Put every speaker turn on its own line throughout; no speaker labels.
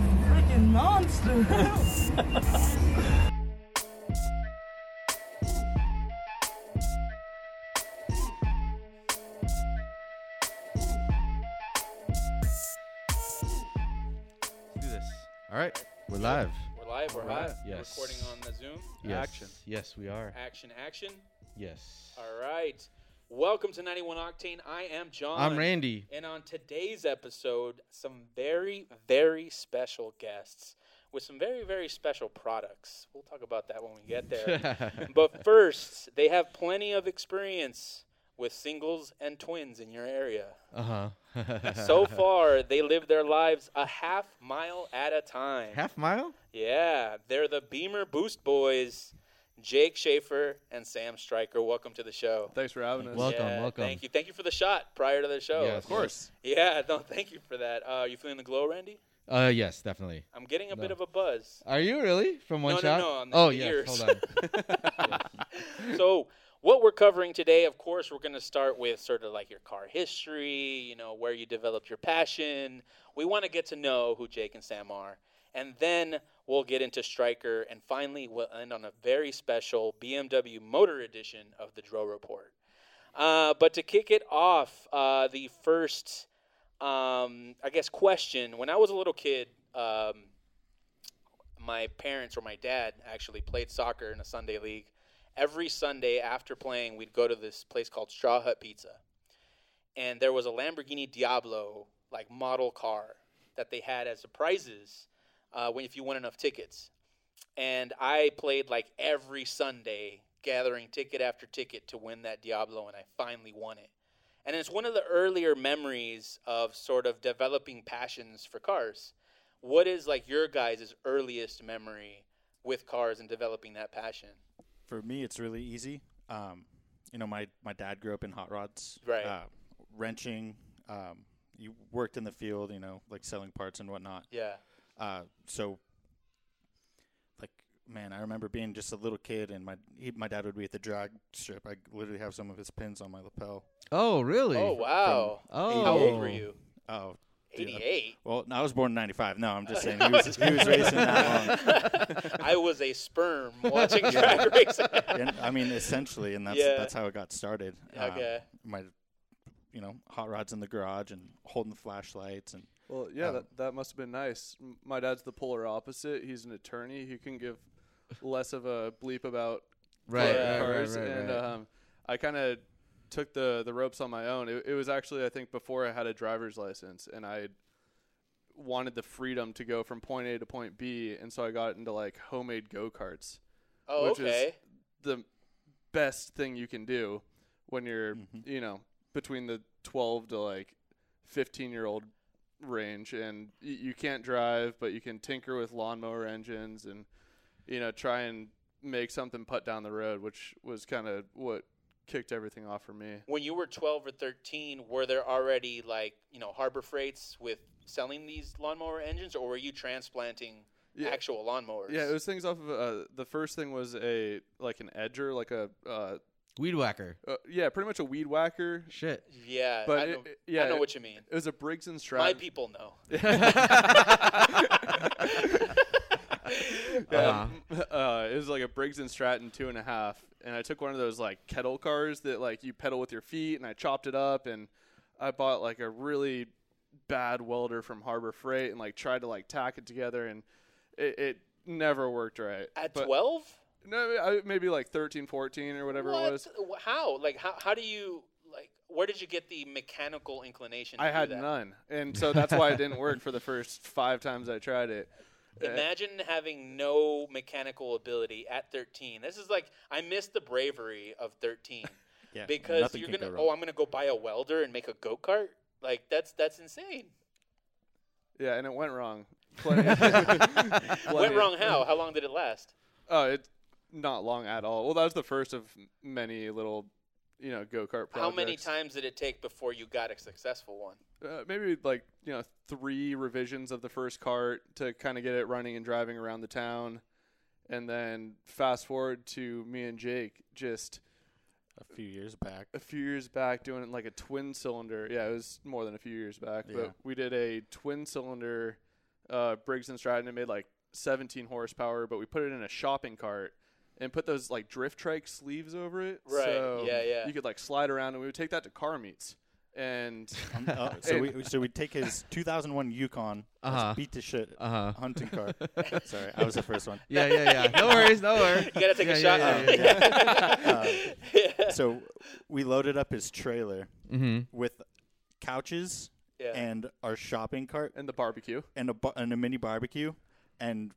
fucking monster.
do this. All right, we're live.
We're live. We're
Alright,
hot.
yes.
Recording on the Zoom.
Yes.
Action.
Yes, we are.
Action. Action.
Yes.
All right. Welcome to 91 Octane. I am John.
I'm Randy.
And on today's episode, some very, very special guests with some very, very special products. We'll talk about that when we get there. but first, they have plenty of experience with singles and twins in your area.
uh huh.
So far, they live their lives a half mile at a time.
half mile.
Yeah, they're the Beamer Boost Boys, Jake Schaefer and Sam Stryker. Welcome to the show.
Thanks for having us.
Well- Welcome,
Yeah,
welcome.
Thank you. Thank you for the shot prior to the show.
Yes,
of course.
Yeah, no, thank you for that. Uh, you feeling the glow, Randy?
Uh, yes, definitely.
I'm getting a bit
No.
of a buzz.
Are you really from one
No, no,
shot?
no, on the
oh yes.
ears.
Hold on.
so, what we're covering today, of course, we're going to start with sort of like your car history, you know, where you developed your passion. We want to get to know who Jake and Sam are. And then we'll get into Striker. And finally, we'll end on a very special BMW Motor Edition of the Dro Report. Uh, but to kick it off, uh, the first, um, I guess, question when I was a little kid, um, my parents or my dad actually played soccer in a Sunday league. Every Sunday after playing, we'd go to this place called Straw Hut Pizza. And there was a Lamborghini Diablo like model car that they had as a prizes uh, when if you won enough tickets. And I played like every Sunday, gathering ticket after ticket to win that Diablo, and I finally won it. And it's one of the earlier memories of sort of developing passions for cars what is like your guys' earliest memory with cars and developing that passion?
For me, it's really easy. Um, you know, my, my dad grew up in hot rods,
Right.
Uh, wrenching. Um, you worked in the field, you know, like selling parts and whatnot.
Yeah.
Uh, so, like, man, I remember being just a little kid, and my he, my dad would be at the drag strip. I literally have some of his pins on my lapel.
oh really?
Oh wow.
Oh.
uh, How old were you?
Oh, Dude, I-
Eighty-eight.
well, no, I was born in '95. No, I'm just saying he was, he was racing that long.
I was a sperm watching drag racing.
And, I mean, essentially, and that's
Yeah.
that's how it got started. Um,
okay.
my you know hot rods in the garage and holding the flashlights and
Well, yeah,
Um,
that, that must have been nice. M- My dad's the polar opposite. He's an attorney. He can give less of a bleep about
Right,
car-
right, right,
cars.
right,
and
right.
uh,
Um, I kind of took the, the ropes on my own. It, it was actually, I think, before I had a driver's license, and I wanted the freedom to go from point A to point B, and so I got into like homemade go karts.
Oh,
which is-
okay.
the best thing you can do when you're,
Mhm.
you know, between the 12 to like 15 year old range. And y- you can't drive, but you can tinker with lawnmower engines and, you know, try and make something put down the road, which was kind of what kicked everything off for me.
When you were twelve or thirteen, were there already like you know harbor freights with selling these lawnmower engines, or were you transplanting
Yeah.
actual lawnmowers?
Yeah, it was things off of uh, the first thing was a like an edger, like a uh,
Weed whacker.
uh, yeah, pretty much a weed whacker.
Shit.
Yeah,
But
I
it-
know,
it- yeah,
I know
it-
what you mean.
It was a Briggs and
My
Stratton.
people know.
Yeah, uh, it was like a Briggs and Stratton two and a half, and I took one of those like kettle cars that like you pedal with your feet, and I chopped it up, and I bought like a really bad welder from Harbor Freight, and like tried to like tack it together, and it, it never worked right.
At
But-
twelve?
no, I- maybe like 13, 14 or whatever
What?
it was.
Wh- How? Like how? How do you like? Where did you get the mechanical inclination? To
I
do
had
that?
none, and so that's why it didn't work for the first five times I tried it.
Imagine having no mechanical ability at thirteen. This is like I miss the bravery of thirteen
yeah
because
nothing
you're
can
gonna.
go
oh,
wrong.
I'm gonna go buy a welder and make a go kart. Like that's that's insane.
Yeah, and it went wrong. Plenty-
Went
Plenty.
wrong. How? How long did it last?
Oh, it's not long at all. Well, that was the first of many little, you know, go kart projects.
How many times did it take before you got a successful one?
Uh, maybe like you know three revisions of the first cart to kind of get it running and driving around the town, and then fast forward to me and Jake just
a few years back
a few years back doing it like a twin cylinder. Yeah, it was more than a few years back,
Yeah.
but we did a twin cylinder uh, Briggs and Stratton. It made like 17 horsepower, but we put it in a shopping cart and put those like drift trike sleeves over it.
Right,
So
yeah, yeah.
You could like slide around, and we would take that to car meets. And
Uh, so we so we take his 2001 Yukon, let's
Uh-huh.
beat to shit
Uh-huh.
hunting car. Sorry, I was the first one.
Yeah, yeah, yeah. No worries, no worries.
You gotta take
yeah,
a shot.
Yeah,
now.
yeah, yeah.
Yeah.
So we loaded up his trailer
Mhm.
with couches
Yeah.
and our shopping cart
and the barbecue.
and a bar- and a mini barbecue, and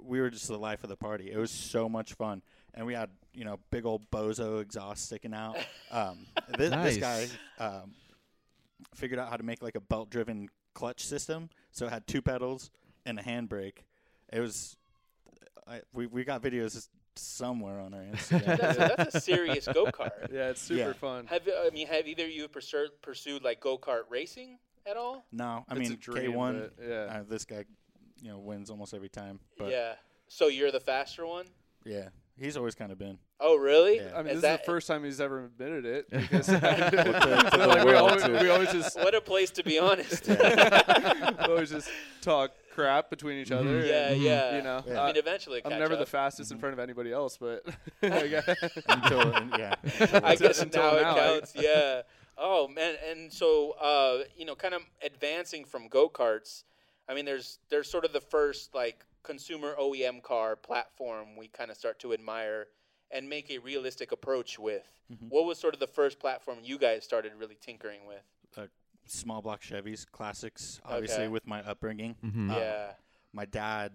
we were just the life of the party. It was so much fun, and we had you know big old bozo exhaust sticking out. Um, this,
Nice.
this guy um, figured out how to make like a belt-driven clutch system, so it had two pedals and a handbrake. It was I, we we got videos somewhere on our Instagram.
that's, a, that's a serious go kart.
Yeah, it's super
Yeah.
fun.
Have you- I mean, have either of you pursued, pursued like go kart racing at all?
no, I
It's
mean
a dream,
K one.
but, yeah.
Uh, this guy, you know, wins almost every time. But yeah,
yeah. So you're the faster one.
he's always kind of been.
Oh, really?
Yeah.
I mean,
Is
this is
that-
the first time he's ever admitted it. Because
to the
we,
world,
always,
too.
we always just
What a place to be honest.
we always just talk crap between each other.
Mm-hmm. Yeah,
and,
yeah.
You know,
Yeah.
I
I,
mean, eventually it
am
catch
Uh, never the
up. Mm-hmm.
fastest in front of anybody else, but I guess-
Until yeah,
I guess
Until
now it
now, I-
counts. Yeah. Oh man, and so uh, you know, kind of advancing from go karts. I mean, there's there's sort of the first like consumer OEM car platform we kind of start to admire and make a realistic approach with.
Mm-hmm.
What was sort of the first platform you guys started really tinkering with?
small block Chevys, classics, obviously
Okay.
with my upbringing.
Mhm.
Uh,
yeah.
My dad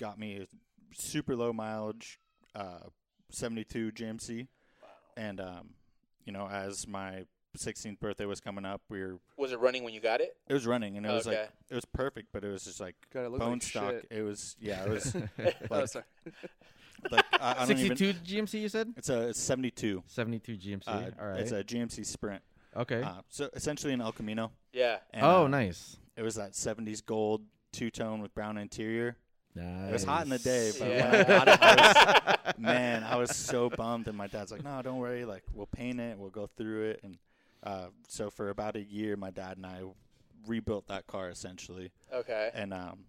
got me a super low mileage uh, 72 GMC. And, um, you know, as my 16th birthday was coming up, we were,
Was it running when you got it?
it was running and it was like,
Okay.
it was perfect, but it was just like
God, it looked
bone
like
stock.
shit.
It was, yeah, it was
Oh,
like,
sorry.
like I, I don't even,
Sixty-two GMC, you said.
it's a it's 72.
Seventy-two GMC.
Uh,
All right.
It's a GMC Sprint.
okay.
Uh, so essentially an El Camino.
Yeah.
And,
oh,
uh,
nice.
It was that 70s gold two tone with brown interior.
Nice.
It was hot in the day, but
Yeah.
when I got it, I was, man, I was so bummed. And my dad's like, "No, don't worry. Like, we'll paint it. We'll go through it." And uh, so for about a year, my dad and I rebuilt that car essentially,
Okay.
and um,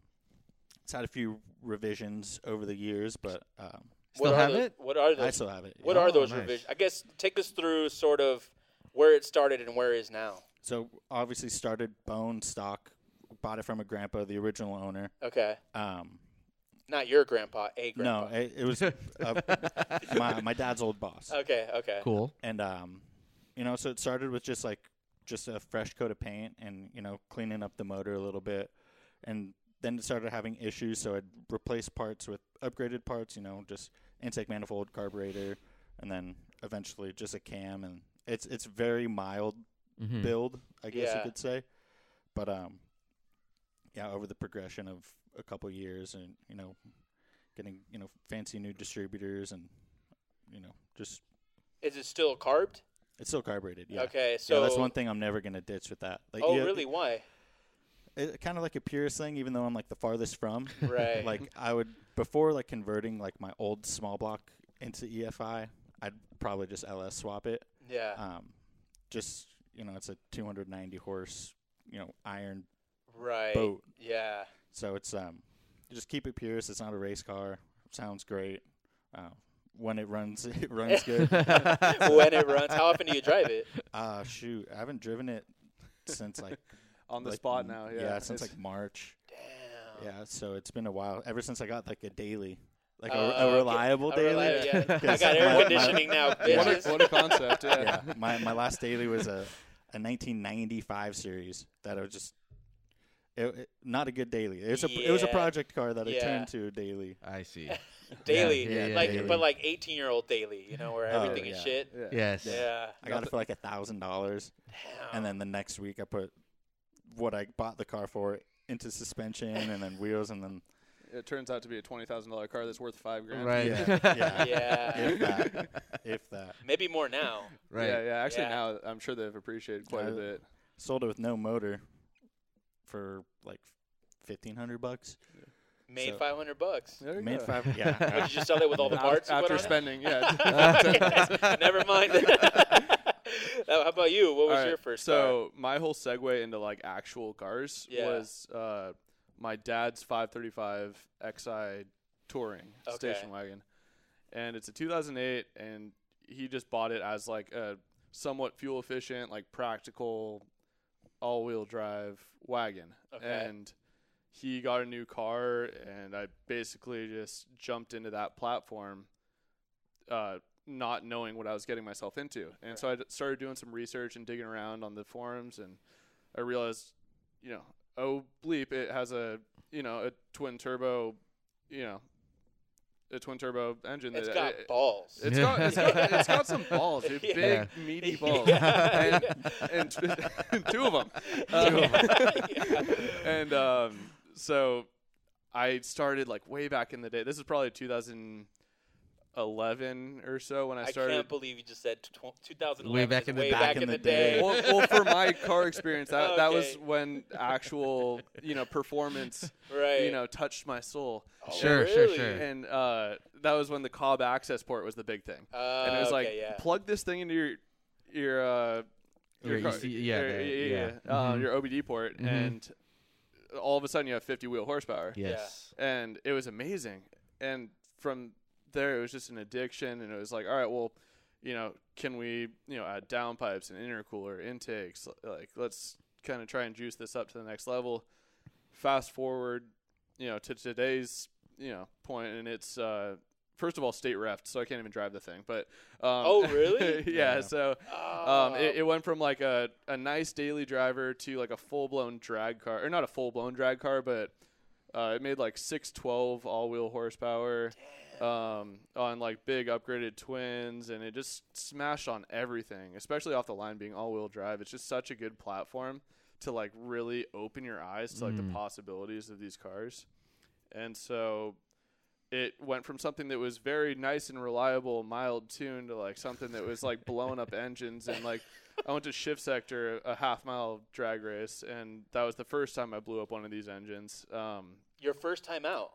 it's had a few revisions over the years, but um,
Still
what
have
are the,
it?
What are those?
I still Oh, have it.
what
yeah.
are those
nice.
revisions? I guess take us through sort of where it started and where it is now.
So obviously started bone stock, bought it from a grandpa, the original owner.
Okay.
Um,
Not your grandpa, a grandpa.
no, it, it was uh, my my dad's old boss.
Okay, okay.
Cool.
and um, you know, so it started with just like just a fresh coat of paint and you know cleaning up the motor a little bit, and then it started having issues. So I'd replace parts with upgraded parts, you know, just intake manifold, carburetor, and then eventually just a cam. And it's it's very mild
Mhm.
build, I guess
Yeah.
you could say. But um, yeah, over the progression of a couple years, and you know, getting you know fancy new distributors, and you know, just
Is it still carbed?
it's still carbureted. Yeah.
Okay,
So
so
that's one thing I'm never gonna ditch with that. Like,
Oh,
yeah,
really? Why?
It, kind of like a purist thing, even though I'm like the farthest from.
Right.
like I would before like converting like my old small block into EFI, I'd probably just LS swap it.
yeah.
Um, just you know, it's a 290 horse, you know, iron
right.
boat.
Yeah.
So it's um, just keep it purist. It's not a race car. Sounds great. Uh, when it runs, it runs good.
when it runs, how often do you drive it?
uh, shoot, I haven't driven it since like
on the
like,
spot
m-
now. Yeah,
since
It's-
like March.
Damn.
Yeah, so it's been a while ever since I got like a daily, like
Uh,
a, a
okay.
reliable
I
daily.
realize- yeah. I
'Cause
got
my-
air
my-
conditioning now,
what,
bitches.
a, what a concept. Yeah.
yeah, my my last daily was a a 1995 series that I was just. It, it- not a good daily. It was a it was a
Yeah.
project car that I
Yeah.
turned to a daily.
I see.
Daily,
yeah, yeah,
like,
daily.
but like eighteen-year-old daily, you know, where
Oh,
everything is
yeah.
shit.
Yeah.
Yes.
Yeah.
I got it for like a thousand dollars,
Oh.
and then the next week I put what I bought the car for into suspension and then wheels and then
It turns out to be a twenty thousand dollar car that's worth five grand.
Right.
yeah
Damn.
yeah,
yeah.
if that if that
Maybe more now.
Right.
Yeah, yeah. Actually,
Yeah.
now I'm sure they've appreciated quite a
Yeah.
bit.
sold it with no motor for like fifteen hundred bucks.
Made
So-
five hundred bucks.
There you
Made
go.
five, yeah.
Did you sell it with all the
Af-
parts? you put
after
on it?
spending, yeah.
Never mind. How about you? What was
All
your
right,
first?
so my whole segue into like actual cars
Yeah.
was uh, my dad's 535 XI touring
Okay.
station wagon, and it's a 2008, and he just bought it as like a somewhat fuel efficient, like practical, all wheel drive wagon,
Okay.
and he got a new car, and I basically just jumped into that platform, uh, not knowing what I was getting myself into, and so I d- started doing some research and digging around on the forums, and I realized, you know, oh bleep, it has a you know a twin turbo, you know, a twin turbo engine.
It's
that
got
uh, it,
balls.
it's got, it's got it's got some balls, dude.
Yeah.
big meaty balls,
Yeah.
and, um, and two of them. and um, so I started like way back in the day. This is probably 2011 or so when I
I
started.
can't believe you just said tw- 2011.
Way back
is
in the-
way
back
back
in
in
the
day.
day.
well, well, for my car experience, that, that was
Okay.
when actual you know performance
right.
you know touched my soul.
Oh,
Sure, sure,
really?
sure.
And uh, that was when the Cobb access port was the big thing.
Uh,
and it was
okay,
like
yeah.
plug this thing into your your uh, your
Yeah,
car-
EC yeah,
your-
the-
yeah,
yeah. Uh-huh,
yeah, uh, your OBD port,
Mhm.
and all of a sudden you have 50 wheel horsepower,
Yes.
and it was amazing. And from there, it was just an addiction, and it was like, all right, well, you know, can we you know add downpipes and intercooler intakes? L- Like, let's kind of try and juice this up to the next level. Fast forward, you know, to today's you know point, and it's uh, first of all state ref, so I can't even drive the thing. But um,
Oh, really?
yeah,
Yeah.
So um,
Oh.
it, it went from like a, a nice daily driver to like a full blown drag car, or not a full blown drag car, but uh, it made like six twelve all wheel horsepower um, on like big upgraded twins, and it just smashed on everything, especially off the line being all wheel drive. It's just such a good platform to like really open your eyes to like the possibilities of these cars, and so. It went from something that was very nice and reliable, mild tune, to like something that was like blown up engines and like I went to Shift Sector, a half mile drag race, and that was the first time I blew up one of these engines. Um,
Your first time out.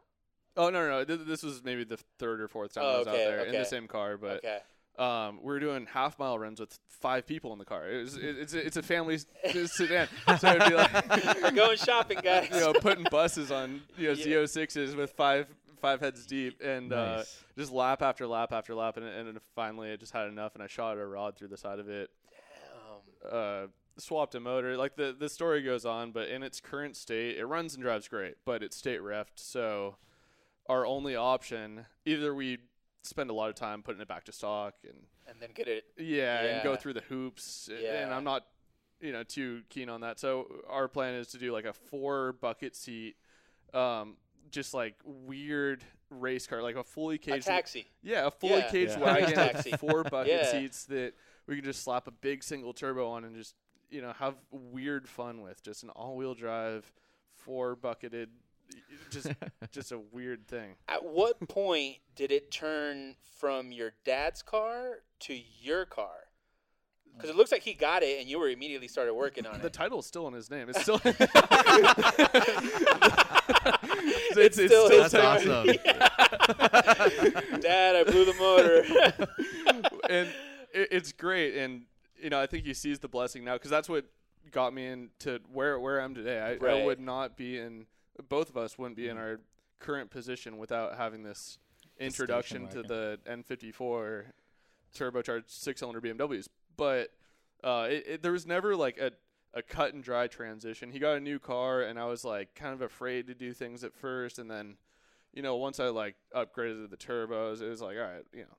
oh no, no, no, th- this was maybe the third or fourth time
Oh,
I was
okay,
out there in
okay.
the same car, but
Okay.
um, we were doing half mile runs with five people in the car. It was, it, it's a, it's a family s- sedan, so it'd be like
We're going shopping, guys.
you know putting buses on you know
Yeah.
Z06s with five five heads deep and uh,
Nice.
just lap after lap after lap, and, and finally I just had enough, and I shot a rod through the side of it
Um,
uh, swapped a motor. Like the the story goes on, but in its current state, it runs and drives great, but it's state refed. So our only option, either we spend a lot of time putting it back to stock and
and then get it.
yeah, and go
Yeah.
through the hoops. a- And
Yeah.
I'm not, you know, too keen on that. So our plan is to do like a four bucket seat, um, just like weird race car, like a fully
A
caged
taxi.
yeah, a fully
Yeah.
caged
Yeah.
wagon
Taxi.
with four bucket
Yeah.
seats that we can just slap a big single turbo on and just you know have weird fun with. Just an all-wheel drive, four bucketed, just just a weird thing.
At what point did it turn from your dad's car to your car? Because it looks like he got it, and you were immediately started working on
The
it.
title's still in his name. It's still it's,
It's still his
That's awesome.
Dad, I blew the motor.
and it, it's great. And you know, I think he sees the blessing now because that's what got me into where where I'm today. I, I
Right. Mm-hmm.
would not be in. Both of us wouldn't be in our current position without having this introduction to
wagon.
the N54 turbocharged six cylinder BMWs. But uh, it, it, there was never like a a cut and dry transition. He got a new car, and I was like kind of afraid to do things at first, and then. You know, once I like upgraded the turbos, it was like, all right, you know,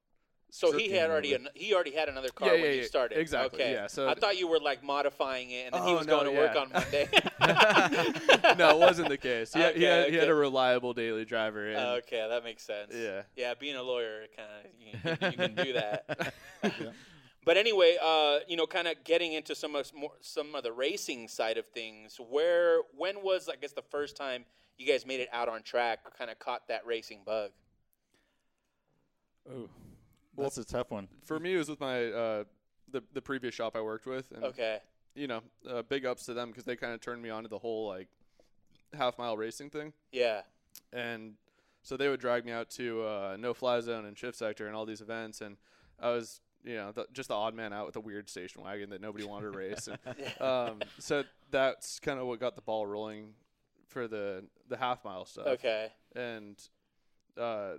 So
Sure
he
came
had already
over.
an, he already had another car
Yeah,
when
yeah,
you
yeah,
started.
exactly,
Okay.
yeah, so-
I thought you were like modifying it, and then he
Oh,
was
no,
going to work
yeah.
on Monday.
no, it wasn't the case. He, had, he,
Okay,
had, he had
okay. Uh,
a reliable daily driver. And
okay, that makes sense.
Yeah.
Yeah, being a lawyer, kind of you, you can do that.
Yeah.
But anyway, uh, you know, kind of getting into some of s- more, some of the racing side of things. Where when was I guess the first time you guys made it out on track, or kind of caught that racing bug?
Oh, that's a tough one.
For me, it was with my uh, the the previous shop I worked with,
Mm.
and
Okay.
you know, uh, big ups to them because they kind of turned me on to the whole like half mile racing thing.
Yeah.
and so they would drag me out to uh, no fly zone and shift sector and all these events and i was you know the, just the odd man out with a weird station wagon that nobody wanted to race and, um, so that's kind of what got the ball rolling for the the half mile stuff.
Okay.
and uh,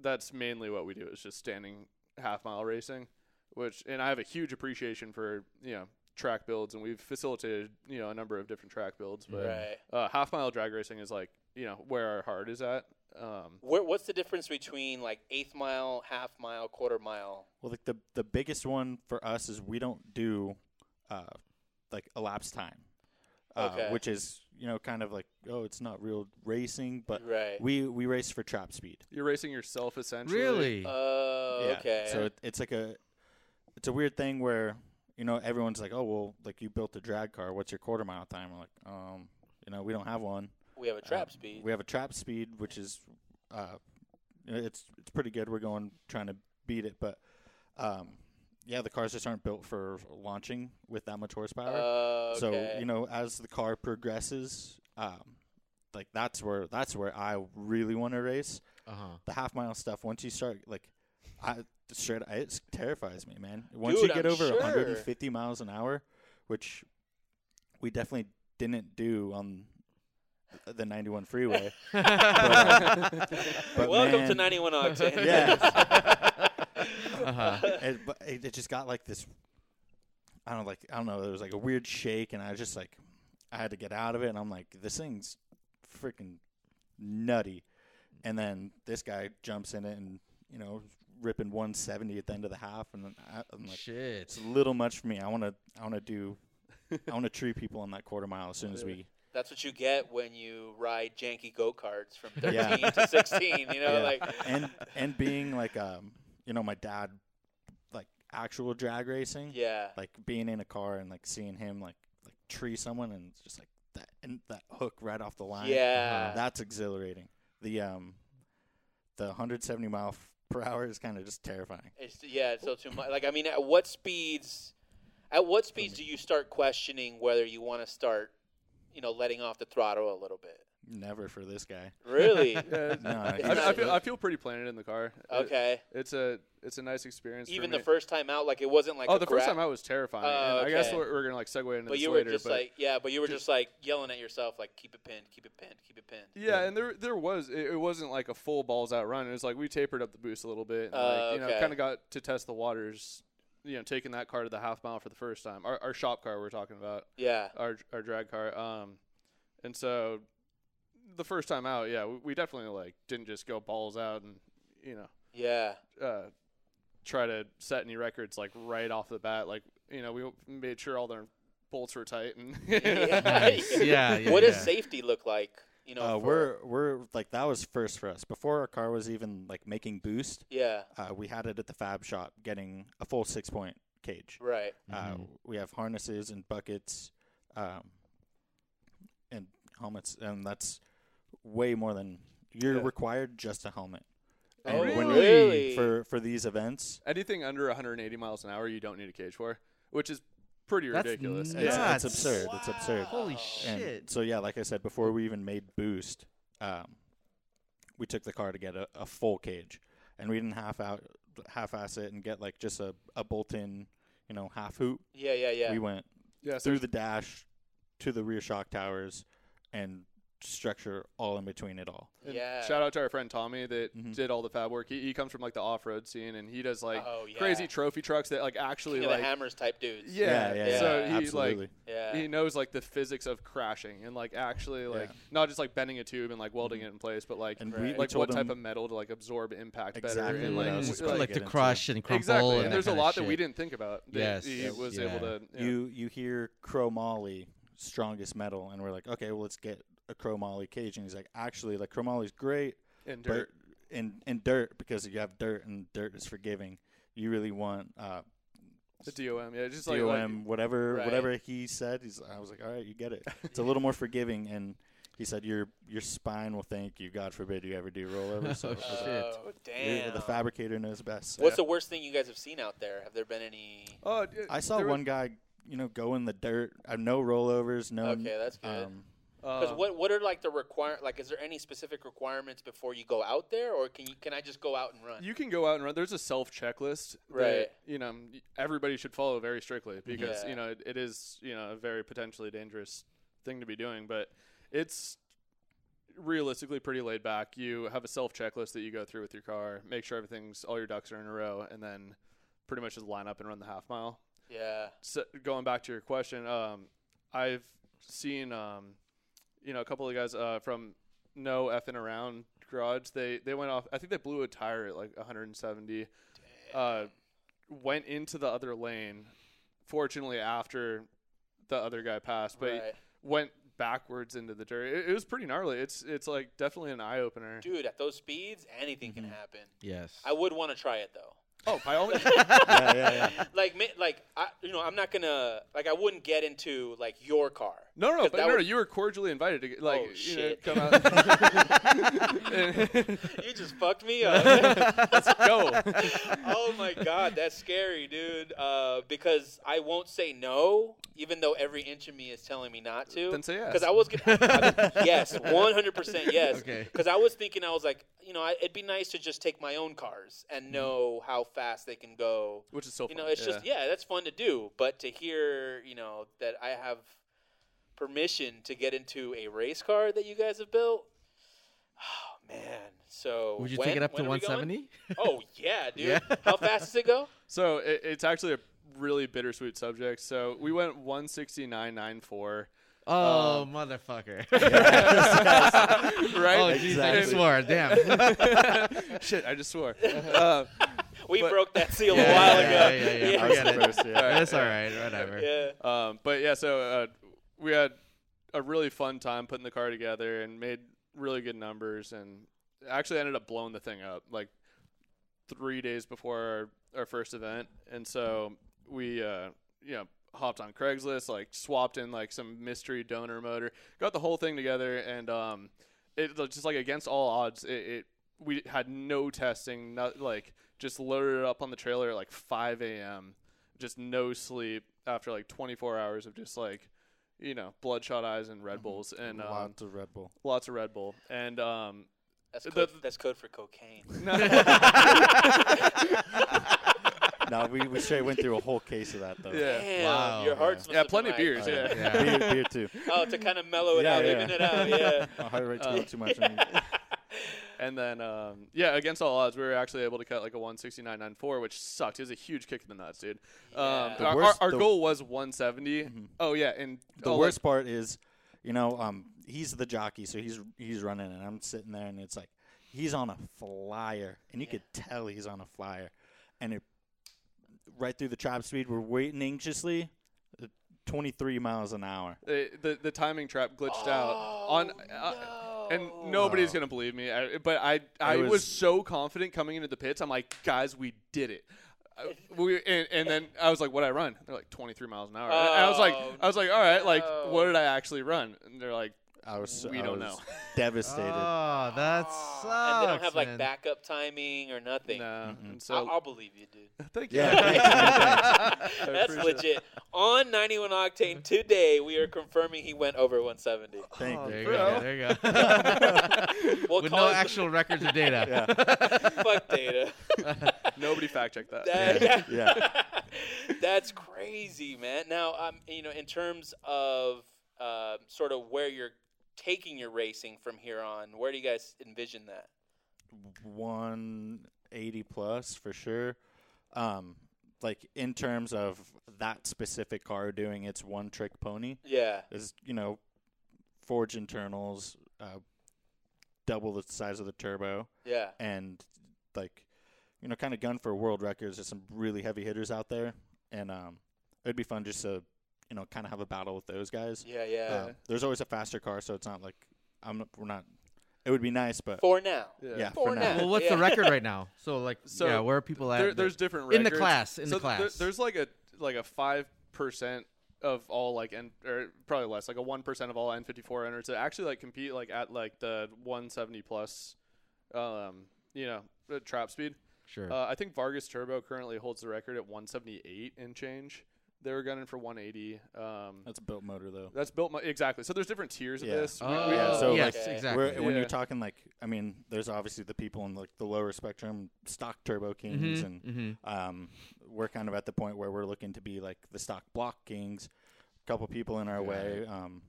that's mainly what we do is just standing half mile racing which and i have a huge appreciation for you know track builds and we've facilitated you know a number of different track builds but
Right.
uh, half mile drag racing is like you know where our heart is at um,
Where, what's the difference between like eighth mile, half mile, quarter mile?
Well, like the the biggest one for us is we don't do uh, like elapsed time, uh,
Okay.
which is you know kind of like oh it's not real racing, but
Right.
we we race for trap speed.
you're racing yourself essentially
Really?
Oh,
Yeah.
okay.
So it, it's like a it's a weird thing where you know everyone's like oh well like you built a drag car, what's your quarter mile time? I'm like um you know we don't have one.
we have a trap
Uh,
speed.
We have a trap speed, which is uh, it's it's pretty good. We're going trying to beat it, but um, yeah, the cars just aren't built for launching with that much horsepower.
Oh, okay.
So you know, as the car progresses, um, like that's where that's where I really want to race
Uh huh.
the half mile stuff. Once you start like, I straight it terrifies me, man. Once
Dude,
you get
I'm
over
sure.
150 miles an hour, which we definitely didn't do on the 91 freeway.
Uh-huh.
But
Welcome to
man-
91 Octane.
Yes.
Uh-huh.
it, but it, it just got like this. I don't like. I don't know. There was like a weird shake, and I was just like, I had to get out of it, and I'm like, this thing's freaking nutty. And then this guy jumps in it, and you know, ripping 170 at the end of the half, and then I, I'm like,
Shit.
it's a little much for me. I want to. I want to do. I want to tree people on that quarter mile as soon as we.
That's what you get when you ride janky go karts from 13
Yeah.
to 16. You know,
Yeah.
like
and and being like um, you know, my dad, like actual drag racing.
yeah,
like being in a car and like seeing him like like tree someone and it's just like that and that hook right off the line.
yeah.
that's exhilarating. The um, the 170 mile f- per hour is kind of just terrifying.
It's yeah, it's still too much. Like I mean, at what speeds? At what speeds do you start questioning whether you want to start, you know, letting off the throttle a little bit?
Never for this guy.
Really?
Yeah,
No,
I, I,
he's-
feel, I feel pretty planted in the car It-
okay.
it's a it's a nice experience for
Even the
me.
first time out, like it wasn't like
oh
a
the first
gra-
time i was terrifying
Oh,
and i guess
okay.
we're, we're gonna like segue into
But
this
you were
later
just
but
like yeah, but you were just like yelling at yourself like keep it pinned, keep it pinned, keep it pinned.
Yeah, and there there was it, it wasn't like a full balls out run. It was like we tapered up the boost a little bit, and
Oh,
like, you
okay.
know, kind of got to test the waters. You know, taking that car to the half mile for the first time. Our, our shop car we're talking about,
Yeah.
our our drag car. Um, and so the first time out, yeah, we, we definitely like didn't just go balls out and you know
Yeah.
uh, try to set any records like right off the bat. Like you know, we made sure all their bolts were tight and
Nice. Yeah, yeah,
What does
yeah.
safety look like? You know,
uh,
for-
we're we're like that was first for us. Before our car was even like making boost,
yeah,
uh, we had it at the fab shop getting a full six point cage.
right.
Uh, we have harnesses and buckets, um, and helmets, and that's way more than you're
Yeah.
required just a helmet.
Oh,
And when-
really?
for for these events,
Anything under 180 miles an hour, you don't need a cage for, which is pretty
That's
ridiculous.
nuts.
it's,
Yeah.
it's absurd. It's absurd.
Holy
And
shit.
so yeah, like I said before, we even made boost. Um, we took the car to get a, a full cage, and we didn't half out half ass it and get like just a, a bolt in, you know, half hoop.
Yeah, yeah, yeah.
We went
Yeah, so
through the dash to the rear shock towers and structure all in between it all.
and
yeah.
Shout out to our friend Tommy that
Mhm.
did all the fab work. He, he comes from like the off-road scene, and he does like
Oh, yeah.
crazy trophy trucks that like
You
actually
know, the
like
hammers type dudes.
yeah.
yeah,
yeah,
so he
absolutely.
like
Yeah.
he knows like the physics of crashing and like actually like
Yeah. Mm-hmm.
not just like bending a tube and like welding it in place, but like
and
Right.
we, we
like
told
what type
him-
of metal to like absorb impact better
Exactly
and
what
like,
I was
w-
just
like-
about
like
to
to
get into.
crush and crumple.
exactly.
And,
And,
that
there's a
kinda
lot that we
shit.
didn't think about. That
Yes.
he
Yes,
was
yeah.
able to yeah.
you you hear Crow Molly strongest metal and we're like, okay, well let's get a Crow Molly cage and he's like, actually like Crow Molly's great
and dirt.
but in in dirt because you have dirt and dirt is forgiving. You really want uh
The DOM, yeah, just like,
DOM,
like
whatever
Right.
whatever he said, he's I was like, All right, you get it. It's a little more forgiving and he said your your spine will thank you, God forbid you ever do rollover. So it was
shit.
like,
Oh,
Yeah,
damn.
the fabricator knows best. So.
What's the worst thing you guys have seen out there? Have there been any?
Oh, uh,
I saw
there was-
one guy, you know, go in the dirt. Uh, no rollovers. No.
Okay, that's good.
Um,
Because
uh,
what what are like the require? Like, is there any specific requirements before you go out there, or can you can I just go out and run?
You can go out and run. There's a self checklist,
Right.
you know, m- everybody should follow very strictly because
Yeah.
you know it, it is you know a very potentially dangerous thing to be doing. But it's realistically pretty laid back. You have a self checklist that you go through with your car, make sure everything's all your ducks are in a row, and then pretty much just line up and run the half mile.
Yeah.
So going back to your question, um, I've seen um, you know a couple of guys uh, from No Effing Around Garage. They they went off. I think they blew a tire at like 170. Uh, went into the other lane. Fortunately, after the other guy passed, but
Right.
went backwards into the dirt. It, it was pretty gnarly. It's it's like definitely an eye opener.
Dude, at those speeds, anything
Mm-hmm.
can happen.
Yes.
I would want to try it though.
Oh, by all means.
yeah, yeah, yeah.
like, ma- like I, you know, I'm not gonna like I wouldn't get into like your car.
No, no,
'Cause
but
that
no, no,
would-
you were cordially invited to like
Oh,
you
shit.
know come out.
you just fucked me up.
Go.
oh my god, that's scary, dude. Uh, because I won't say no, even though every inch of me is telling me not to.
Then say yes.
Because I was gonna, I- I- yes, one hundred percent yes.
Okay.
Because I was thinking, I was like, you know, I, it'd be nice to just take my own cars
Mm-hmm.
and know how fast they can go.
Which is so
you
fun.
know, it's just yeah, that's fun to do, but to hear you know that I have permission to get into a race car that you guys have built. Oh man, so
Would you
when-
take it up to
when are we going?
170?
Oh yeah, dude.
Yeah.
How fast does it go?
So it, it's actually a really bittersweet subject. So we went 169.94.
Oh, motherfucker.
Right?
Oh, jeez, I
Exactly.
swore. Damn.
Shit, I just swore. Uh,
We
But-
broke that seal
Yeah,
a while
yeah,
ago.
yeah, yeah, yeah.
I was
Forget it.
impressed, yeah.
That's all right. Whatever.
yeah.
Um, but yeah, so uh, we had a really fun time putting the car together and made really good numbers and actually ended up blowing the thing up like three days before our, our first event. And so we, uh, you know, hopped on Craigslist, like swapped in like some mystery donor motor, got the whole thing together. And um, it was just like against all odds, it, it we had no testing, not like just loaded it up on the trailer at like 5 a.m just no sleep after like 24 hours of just like you know bloodshot eyes and red bulls and um,
Lots of Red Bull.
lots of red bull and um
That's
The-
code, that's code for cocaine.
No, we, we straight went through a whole case of that though.
Yeah.
Damn,
Wow.
your hearts. must
yeah
have been
plenty of
like-
beers
Oh,
yeah,
yeah.
Yeah.
Beer, beer too.
Oh, to kind of mellow it
Yeah,
out,
yeah.
even it out. Yeah. Uh,
My heart rate's going too much. and-
and then um yeah against all odds we were actually able to cut like a 169.94 which sucked it was a huge kick in the nuts dude um
Yeah.
The
our, our-
worst-
our,
the- Mm-hmm.
goal was 170 oh yeah and
the
oh, like-
worst part is, you know, um, he's the jockey, so he's he's running, and I'm sitting there, and it's like he's on a flyer, and you could tell he's on a flyer, and it right through the chop speed. We're waiting anxiously, uh, 23 miles an hour.
the, the the timing trap glitched out
Oh,
on uh, and nobody's gonna believe me I, but i i
It
was,
was-
so confident coming into the pits i'm like guys we did it I- we and, and then i was like what i run they're like 23 miles an hour And i was like
Oh,
i was like all right like
no.
what did i actually run and they're like
I was so-
We
I
don't
was
know.
devastated.
Oh, that sucks.
Ah, and they don't have like
man.
backup timing or nothing.
no
Mm-hmm.
and so
I'll, I'll believe you, dude.
thank you
yeah, thanks,
I
That's
appreciate it.
legit. On 91 Octane today, we are confirming he went over 170.
thank
Oh,
you.
There you
bro.
go. There you go.
We'll
With
call
no
it
actual records of data.
fuck data.
nobody fact checked that
That-
Yeah,
That's crazy, man. Now, um, you know, in terms of um sort of where you're taking your racing from here on, where do you guys envision that?
180 plus for sure. Um, like in terms of that specific car doing its one trick pony.
Yeah.
is you know forge internals uh, double the size of the turbo
Yeah.
and like you know kind of gun for world records there's some really heavy hitters out there and um it'd be fun just to you know kind of have a battle with those guys
Yeah. Yeah.
Um, there's always a faster car so it's not like i'm not, we're not it would be nice but
for now.
yeah
for
for now,
Well, what's the
Yeah.
record right now? So like,
So,
yeah, where are people at?
There,
that-
there's different
in the
records.
class, in the
So th- there-
class.
there's like a like a five percent of all like and or probably less, like a one percent of all N54 enters that actually like compete like at like the 170 plus, um, you know, uh, trap speed.
sure.
Uh, I think Vargas Turbo currently holds the record at 178 and change. They were gunning for 180. Um,
that's a built motor though
that's built mo- exactly. So there's different tiers of
Yeah.
this. We-
oh,
we-
yeah, so,
yes,
like,
exactly.
Where, when
Yeah.
you're talking like i mean there's obviously the people in like the lower spectrum stock turbo kings and
hmm
um, we're kind of at the point where we're looking to be like the stock block kings. A couple people in our way, um,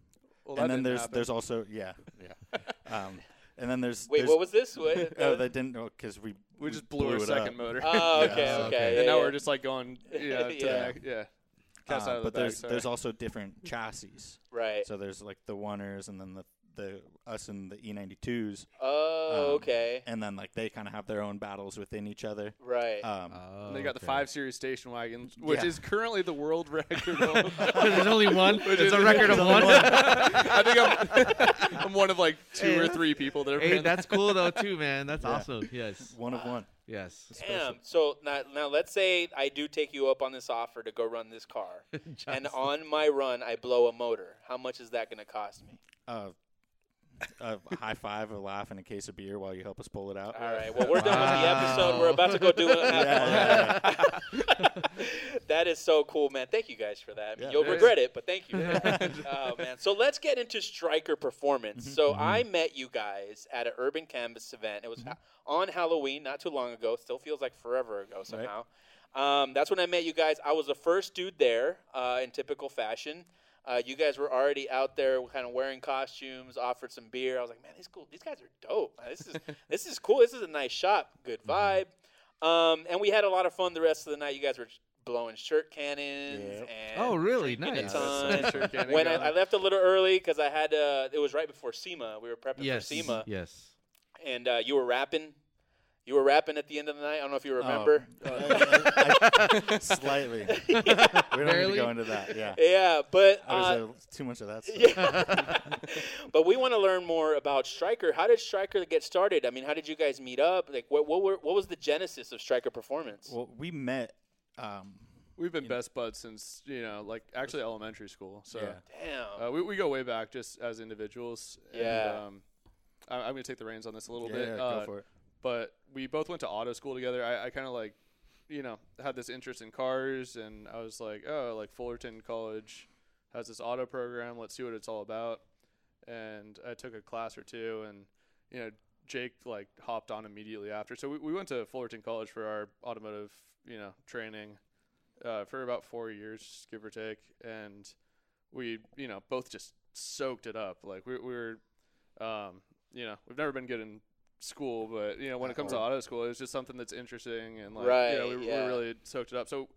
well, that
and then
didn't
there's
happen.
there's also yeah yeah Um, and then there's
Wait,
there's-
what was this? What,
oh they didn't know because we
We just blew, our
it
second
up.
motor.
oh, okay,
Yeah,
okay.
okay.
yeah,
and now
yeah.
we're just like going, yeah, to
Yeah.
the- yeah. Cast
Uh,
out of the
but
bag,
there's
sorry.
there's also different chassis.
right.
So there's like the oneers and then the the us and the E92s,
oh,
um,
okay.
and then like they kind of have their own battles within each other.
Right.
Um,
Uh,
And they got the
okay.
five series station wagons, which
Yeah.
is currently the world record. I
There's only one. It's a record of
There's only
one.
think I'm, I'm one of like two
Hey,
or
that's-
three people that are.
hey, that's cool though too, man. That's
Yeah.
awesome. Yes.
one of one.
Yes.
Damn. So now, now let's say I do take you up on this offer to go run this car, and on my run I blow a motor. How much is that going to cost me?
Uh, a high five, a laugh, and a case of beer while you help us pull it out.
All right. Well, we're done with the episode. We're
Wow.
about to go do it.
Yeah,
that is so cool, man. Thank you guys for that. I mean,
Yeah,
you'll
there is.
regret it, but thank you. oh man. So let's get into striker performance.
Mm-hmm,
So I met you guys at an urban canvas event. It was
Mm-hmm.
ha- on Halloween, not too long ago. Still feels like forever ago somehow. Um, that's when I met you guys. I was the first dude there uh, in typical fashion. Uh, you guys were already out there, kind of wearing costumes. Offered some beer. I was like, man, these cool. These guys are dope. Man, This is this is cool. This is a nice shop. Good
Mm-hmm.
vibe. Um, and we had a lot of fun the rest of the night. You guys were blowing shirt cannons.
Yep.
And
Oh, really?
drinking a
Nice.
ton.
Sure can.
when I, I left a little early because I had uh, it was right before SEMA. We were prepping
Yes.
for SEMA,
Yes.
and uh, you were rapping. You were rapping at the end of the night. I don't know if
Oh,
you remember.
uh, Slightly. we don't need to
Barely.
go into that. Yeah.
yeah, but
I was
uh,
uh, too much of that stuff.
yeah. but we want to learn more about Striker. How did Striker get started? I mean, how did you guys meet up? Like, what what, were, what was the genesis of Striker Performance?
Well, we met. Um,
We've been best buds since you know, like actually elementary school. So
Yeah.
Damn.
uh, we we go way back just as individuals. And,
Yeah.
um, I, I'm gonna take the reins on this a little
yeah,
bit.
yeah,
Uh,
go for it.
but we both went to auto school together. I, I kind of like, you know, had this interest in cars, and I was like, oh, like Fullerton College has this auto program. Let's see what it's all about. And I took a class or two, and you know, Jake like hopped on immediately after. So we, we went to Fullerton College for our automotive, you know, training uh, for about four years, give or take, and we, you know, both just soaked it up. Like we, we were, um, you know, we've never been good in school, but you know, when it comes to auto school, it's just something that's interesting and like, you know,
Uh-huh. Right,
we,
yeah.
we really soaked it up. So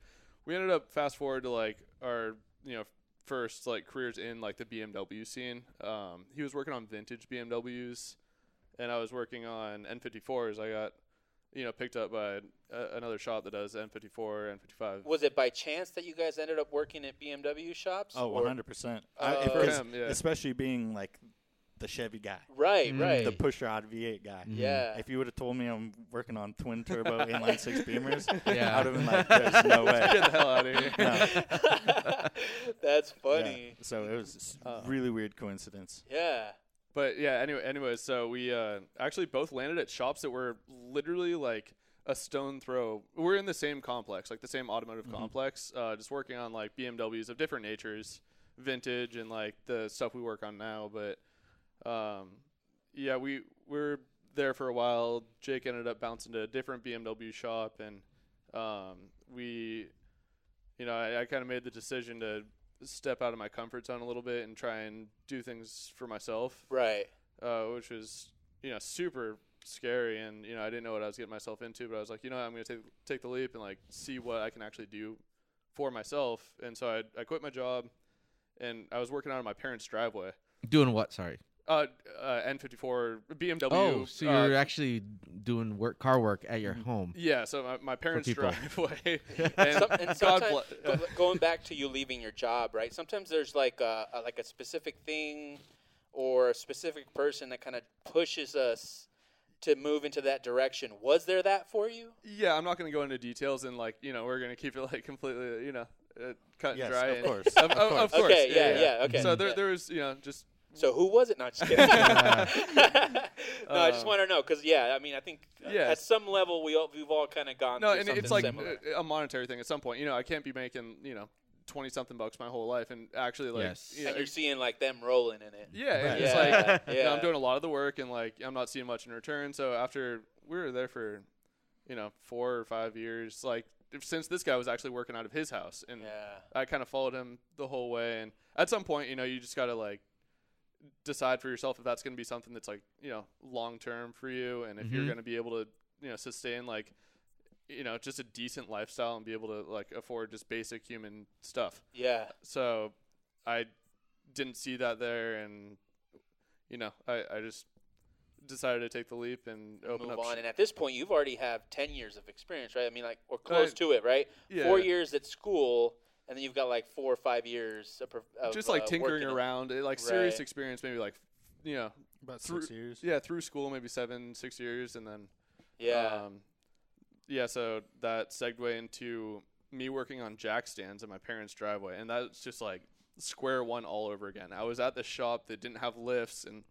we ended up fast forward to like our, you know, first like careers in like the BMW scene. Um, he was working on vintage BMWs, and I was working on N54s. I got. You know, picked up by uh, another shop that does N54, N55.
was it by chance that you guys ended up working at BMW shops?
Oh,
Or-
100%. I,
Uh,
if- 'cause
him, yeah.
Especially being like the Chevy guy,
Right, right.
Mm. the pushrod V8 guy.
Mm-hmm.
yeah.
If you would have told me I'm working on twin turbo inline six beamers,
Yeah.
I would have been like, there's no way.
Get the hell out of here.
No.
That's
Yeah.
funny.
So it was s- really weird coincidence.
Yeah.
But yeah, anyway, anyway, so we uh, actually both landed at shops that were literally like a stone throw. We're in the same complex, like the same automotive complex, uh, just working on like BMWs of different natures, vintage, and like the stuff we work on now. But um, yeah, we were there for a while. Jake ended up bouncing to a different BMW shop, and um, we, you know, I, I kind of made the decision to step out of my comfort zone a little bit and try and do things for myself
Right.
uh, which was you know super scary and you know I didn't know what I was getting myself into but I was like you know what, I'm gonna take take the leap and like see what I can actually do for myself and so I I quit my job and I was working out of my parents' driveway
Doing what? Sorry.
uh, uh N54 BMW
Oh, so
uh,
you're actually doing work, car work at your home.
yeah so my, my parents'
people.
driveway
And,
and,
Some, and
God
sometimes
bl- uh,
go- going back to you leaving your job, right? Sometimes there's like a, a like a specific thing or a specific person that kind of pushes us to move into that direction. Was there that for you?
yeah I'm not gonna go into details and like you know we're gonna keep it like completely you know uh, cut
Yes,
and dry
of
and-
course,
of, of-
of
of
course.
course
Okay, yeah, yeah, okay,
so there
yeah.
there was you know just
So who was it? Not just kidding. no, I just want to know because yeah, I mean, I think uh,
Uh, Yeah.
at some level we all, we've all kind of gone.
No,
through
and
something
it's like uh,
similar.
a- a monetary thing at some point. You know, I can't be making, you know, 20 something bucks my whole life and actually like
Yes.
you know,
and you're seeing like them rolling in it.
yeah, and
Right.
it's
Yeah,
like you know,
yeah.
I'm doing a lot of the work and like I'm not seeing much in return. So after we were there for, you know, 4 or 5 years like if- since this guy was actually working out of his house and
Yeah.
I kind of followed him the whole way and at some point, you know, you just got to like decide for yourself if that's going to be something that's like you know long term for you, and if you're
Mm-hmm.
Mhm.
going to be able to you know sustain like you know just a decent lifestyle and be able to like afford just basic human stuff.
Yeah.
So I didn't see that there, and you know I I just decided to take the leap and open
move
up.
on.
sh-
And at this point, you've already have ten years of experience, right? I mean, like or close
Uh,
to it, right?
yeah.
Four years at school, and then you've got like four or five years of, prof- of
just like
uh,
tinkering
working in-
around, it, like serious
Right.
experience, maybe like you know
About
Through-
six years.
yeah through school maybe seven six years, and then
Yeah.
Um, yeah, so that segue into me working on jack stands in my parents' driveway, and that's just like square one all over again. I was at the shop that didn't have lifts, and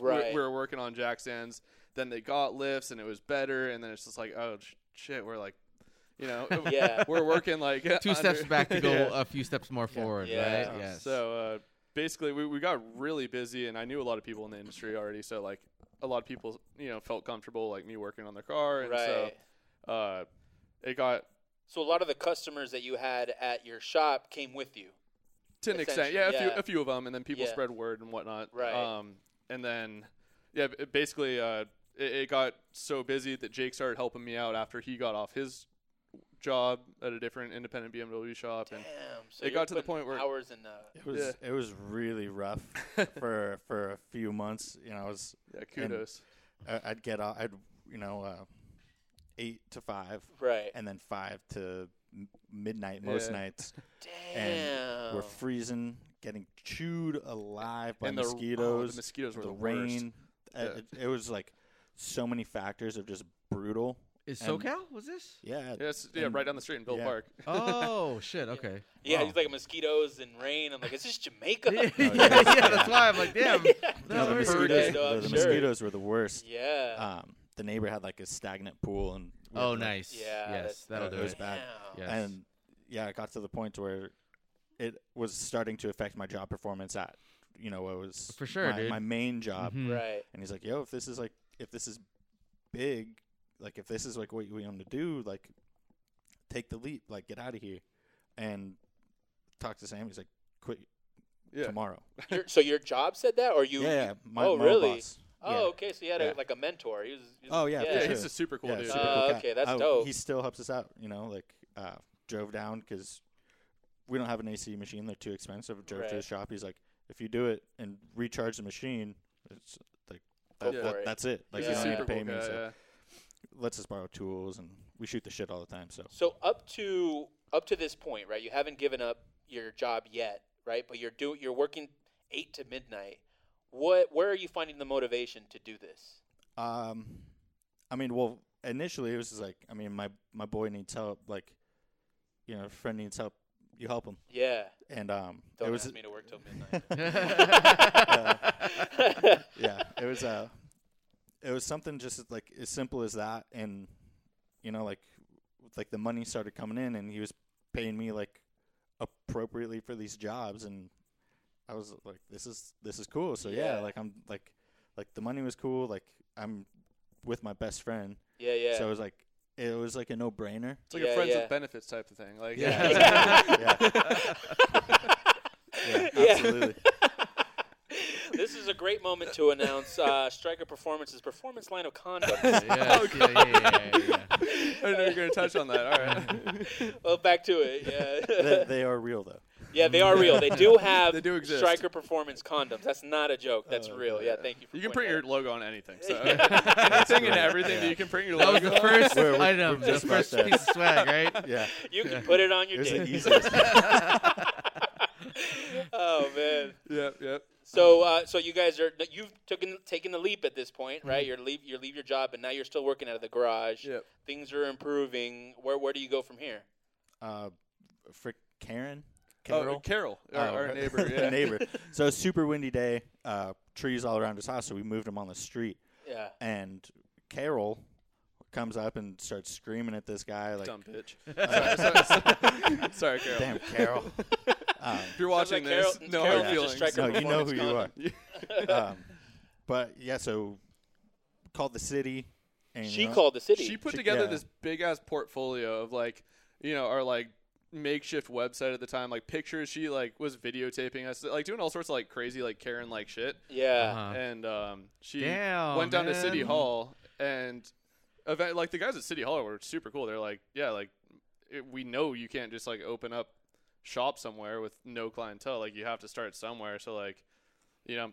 we-
right.
we, were working on jack stands. Then they got lifts, and it was better. And then it's just like, oh sh- shit, we're like, you know,
yeah.
we're working like
Two steps
under-
back to go
Yeah.
a few steps more forward,
Yeah.
right? Yes.
So uh, basically, we, we got really busy, and I knew a lot of people in the industry already. So like, a lot of people, you know, felt comfortable like me working on their car, and
Right.
so uh, it got
so a lot of the customers that you had at your shop came with you.
to an extent,
Essentially,
yeah, a few
yeah.
a few of them, and then people
Yeah.
spread word and whatnot,
Right.
Um, and then yeah, b- basically, uh, it, it got so busy that Jake started helping me out after he got off his job at a different independent BMW shop,
Damn.
and
So
It
you're
got to the
putting
point where-
hours in uh, the
It was it was really rough for for a few months. You know, I was
yeah, kudos.
I- I'd get off. I'd you know uh, eight to five,
right.
and then five to m- midnight most
Yeah.
nights.
Damn.
We're freezing, getting chewed alive by
And the- oh, the
mosquitoes.
mosquitoes were the worst.
rain. Uh,
Yeah.
It, it was like so many factors of just brutal.
is
and-
SoCal? Was this?
Yeah.
Yes, yeah,
and-
right down the street in Bill
yeah.
Park.
Oh shit! Okay.
yeah,
Wow.
he's like mosquitoes and rain. I'm like, is this Jamaica?
yeah,
yeah.
yeah, that's why I'm like, damn.
No, the
That was-
hurricane,
mosquitoes,
dog,
the, the
sure.
mosquitoes were the worst.
Yeah.
Uh,
Um, the neighbor had like a stagnant pool, and we had
Oh,
to, like,
nice.
Yeah,
Yes,
that's-
that'll
that
do
was
it.
bad.
Damn.
Yes.
And yeah, it got to the point where it was starting to affect my job performance at you know what was
For sure,
my,
dude.
my main job.
Mhm.
Right.
And he's like, "Yo, if this is like if this is big, like if this is like what we want to do, like take the leap, like get out of here." And talk to Sam. He's like, "Quit
Yeah,
tomorrow."
Your- so your job said that, or you?
yeah, yeah, my,
oh,
my
really?
boss.
Oh,
Yeah.
okay. So you had a,
Yeah.
like a mentor. He was. he was-
Oh, yeah, for
yeah,
sure.
he's a super cool
Yeah,
dude.
super
Uh,
cool cat.
okay, that's
Oh,
dope.
He still helps us out, you know, like uh, drove down because we don't have an AC machine; they're too expensive. Drove to
Right.
the shop. He's like, if you do it and recharge the machine, it's like
Go
that,
for
that-
it.
that's it. Like
He's
you
a
don't
super
have to pay
cool
me.
guy.
so
yeah.
Lets us borrow tools, and we shoot the shit all the time. So
So up to up to this point, right? You haven't given up your job yet, right? But you're do you're working eight to midnight. What? Where are you finding the motivation to do this?
Um, I mean, well, initially it was just like, I mean, my my boy needs help. Like, you know, friend needs help. You help him,
Yeah.
and um,
Don't
it was
ask me to work till midnight.
yeah, it was uh, it was something just like as simple as that, and you know, like like the money started coming in, and he was paying me like appropriately for these jobs, and I was like, this is this is cool. So yeah,
Yeah.
like I'm like like the money was cool. Like I'm with my best friend,
yeah, yeah.
so it was like it was like a no brainer.
It's like a
Yeah,
friends
yeah.
with benefits type of thing. Like
Yeah. Yeah,
Yeah.
absolutely.
this is a great moment to announce uh, Striker Performance's performance line of conduct.
Yes, yeah, yeah, yeah, yeah, yeah.
I didn't know you were gonna touch on that. All right.
well, back to it.
they,
Yeah.
they are real though.
Yeah, they are real. They do have
They do exist.
Striker Performance condoms. That's not a joke. That's
Oh,
real. Yeah, thank you. For
You can print
pointing
your
that
logo on anything. So
Yeah.
anything and
Yeah.
everything that you can print your
That
logo.
was the first
We're- we're-
item,
we're
the
just about
first
there.
piece of swag, right?
Yeah,
out. You can put it on
it
your
was the
dick.
easiest.
oh man.
Yep, yep.
So, uh, so you guys are you've taken taken the leap at this point, right? You're leave you leave your job, and now you're still working out of the garage.
Mm-hmm. Yep.
Things are improving. Where where do you go from here?
Uh, for Karen,
Oh, Carol, our,
Oh,
our
right.
neighbor.
The
Yeah.
neighbor. So a super windy day, uh, trees all around his house, so we moved him on the street.
Yeah.
And Carol comes up and starts screaming at this guy like,
Dumb bitch.
uh,
sorry, sorry, sorry, Carol.
"Damn, Carol!" um,
If you're
Sounds like
watching this,
Carol-
no
Carol's
hard
just
feelings.
striking
no, you know
performance
who you are.
you
Um, but yeah, so called the city. And, you
She
know,
called the city.
She put
She-
together
yeah.
this big ass portfolio of like, you know, our like makeshift website at the time, like pictures. She like was videotaping us, like doing all sorts of like crazy, like Karen like shit.
Yeah.
Uh-huh.
And um, she
Damn,
went down to City
Oh, man.
Hall, and event, like the guys at City Hall were super cool. They're like, yeah, like it, we know you can't just like open up shop somewhere with no clientele. Like you have to start somewhere. So like, you know,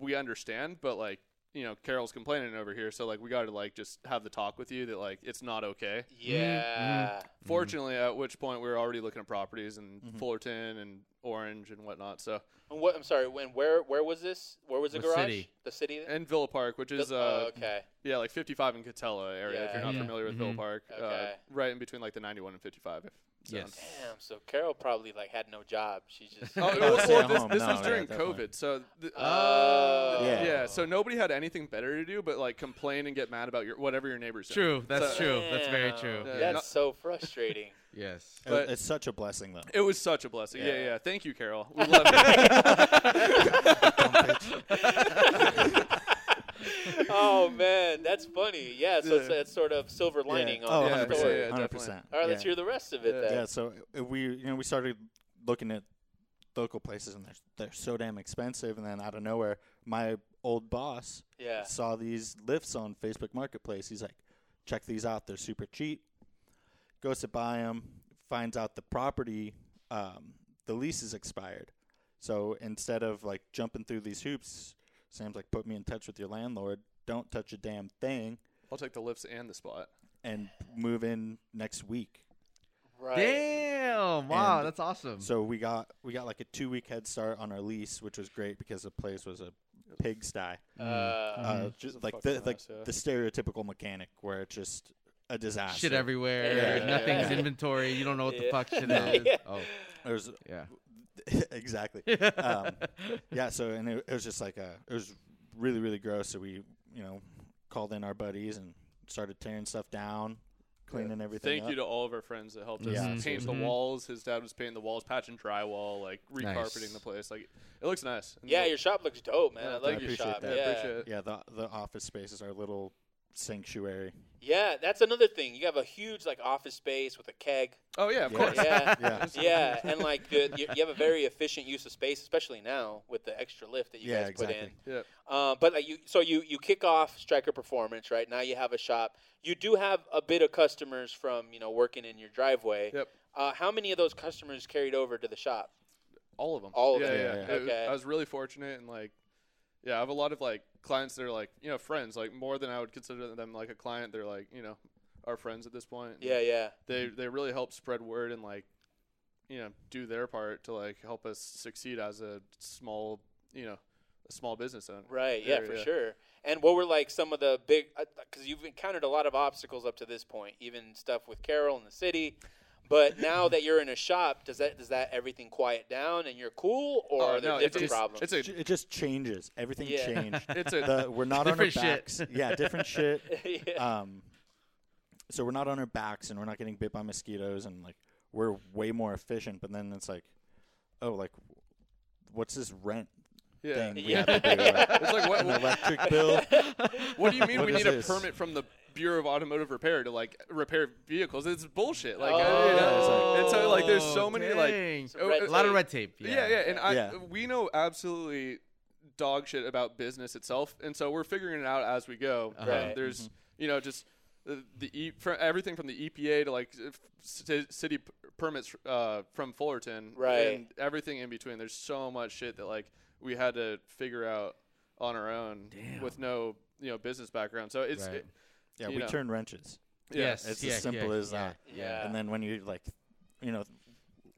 we understand, but like. You know, Carol's complaining over here, so like we got to like just have the talk with you that like it's not okay.
Mm-hmm.
Yeah.
Fortunately, at which point we were already looking at properties in
Mhm.
Fullerton and Orange and whatnot. So
And What, I'm sorry. When where where was this? Where was the
What
garage?
city?
The city.
and Villa Park, which
The-
is uh,
oh, okay.
yeah, like 55 in Catella area. if
Yeah.
you're not
Yeah.
familiar with Villa
Mhm.
Park,
Okay.
uh, right in between like the 91 and 55. If so.
Yes.
Damn. So Carol probably like had no job. She just.
Oh,
They
it
gotta
was-
stay
well,
at
this,
home.
this
No,
was
yeah,
during
definitely.
COVID, so th-
Oh.
Yeah.
yeah, so nobody had anything better to do but like complain and get mad about your whatever your neighbors. doing.
True. That's
So-
true. That's very
Damn,
true.
Yeah.
That's
Not-
so frustrating.
Yes.
It-
But-
it's such a blessing, though.
It was such a blessing. Yeah, yeah.
Yeah.
Thank you, Carol. We love you.
oh man, that's funny. Yeah. So it's,
Yeah.
it's sort of silver lining
yeah.
on
oh,
the
Yeah,
100%.
story.
yeah, yeah,
All
100%.
right,
yeah.
let's hear the rest of it
Yeah.
then.
Yeah, so uh, we you know we started looking at local places and they're they're so damn expensive and then out of nowhere my old boss
Yeah.
saw these lifts on Facebook Marketplace. He's like, check these out. They're super cheap. Goes to buy them, finds out the property, um, the lease is expired. So instead of like jumping through these hoops, Sam's like, put me in touch with your landlord. Don't touch a damn thing
I'll take the lifts and the spot.
and move in next week.
Right.
Damn! Wow,
And
that's awesome.
So we got we got like a two week head start on our lease, which was great because the place was a pigsty.
Uh,
Uh,
Just a
just like
fucking
the like
mess, yeah.
the stereotypical mechanic where it's just a disaster.
Shit everywhere.
Yeah.
Nothing's
Yeah.
inventory. You don't know what the
Yeah.
fuck shit
No.
is.
Yeah.
Oh,
There's
yeah.
exactly. Um, yeah. So and it, it was just like a it was really really gross. So we you know called in our buddies and started tearing stuff down, cleaning everything.
Thank you
up.
to all of our friends that helped us
Yeah,
paint
absolutely.
the
Mhm.
walls. His dad was painting the walls, patching drywall, like recarpeting
Nice.
the place. Like it looks nice. And
yeah,
the-
your shop looks dope, man.
Yeah,
I
thank
like your
you.
shop.
Appreciate that.
Yeah.
appreciate it.
Yeah. The the office space is our little sanctuary.
Yeah, that's another thing. You have a huge like office space with a keg.
Oh yeah, of
Yeah.
course.
Yeah.
Yeah.
yeah, and like the, you, you have a very efficient use of space, especially now with the extra lift that you
Yeah,
guys put in.
exactly.
Yeah.
Uh, but like you, so you you kick off Striker Performance, right? Now you have a shop. You do have a bit of customers from you know working in your driveway.
Yep.
Uh, how many of those customers carried over to the shop?
All of them.
All of
yeah,
them.
Yeah,
Yeah,
yeah.
yeah.
It was-
Okay.
I was really fortunate and like, yeah, I have a lot of like clients that are like, you know, friends, like more than I would consider them like a client. They're like, you know, our friends at this point.
Yeah, yeah,
They they really help spread word and like, you know, do their part to like help us succeed as a small, you know, a small business owner.
right, yeah,
There,
for sure. And what were like some of the big? Because you've encountered a lot of obstacles up to this point, even stuff with Carol in the city. But now that you're in a shop, does that does that everything quiet down and you're cool, or
Oh,
are there
no, it's
different
just-
problems?
It's a
It just changes. Everything
Yeah.
changed.
it's a
The, we're not on our
Different
backs.
shit.
Yeah, different shit.
yeah.
um, so we're not on our backs and we're not getting bit by mosquitoes and like we're way more efficient. But then it's like, oh, like what's this rent
yeah.
thing we
Yeah.
have to do? Like,
It's like
an
what,
electric bill.
what do you mean
What
we
is
need a
this?
permit from the Bureau of Automotive Repair to like repair vehicles? It's bullshit. Like,
Oh.
I- you know,
Yeah,
and so like there's so
Oh,
many
dang.
like
Some red
a
oh,
lot of
tape.
red tape.
yeah. yeah and I
Yeah.
we know absolutely dog shit about business itself, and so we're figuring it out as we go. Um,
Uh-huh.
Right.
There's you know just the, the e- fr everything from the EPA to like f- ci- city p- permits uh, from Fullerton,
Right.
And everything in between. There's so much shit that like we had to figure out on our own with no you know business background. So it's
Right.
it-
Yeah,
You
we
know.
turn wrenches.
yeah,
Yes.
It's
yeah,
as simple
yeah,
as
yeah,
that.
Yeah.
And then when you like, you know,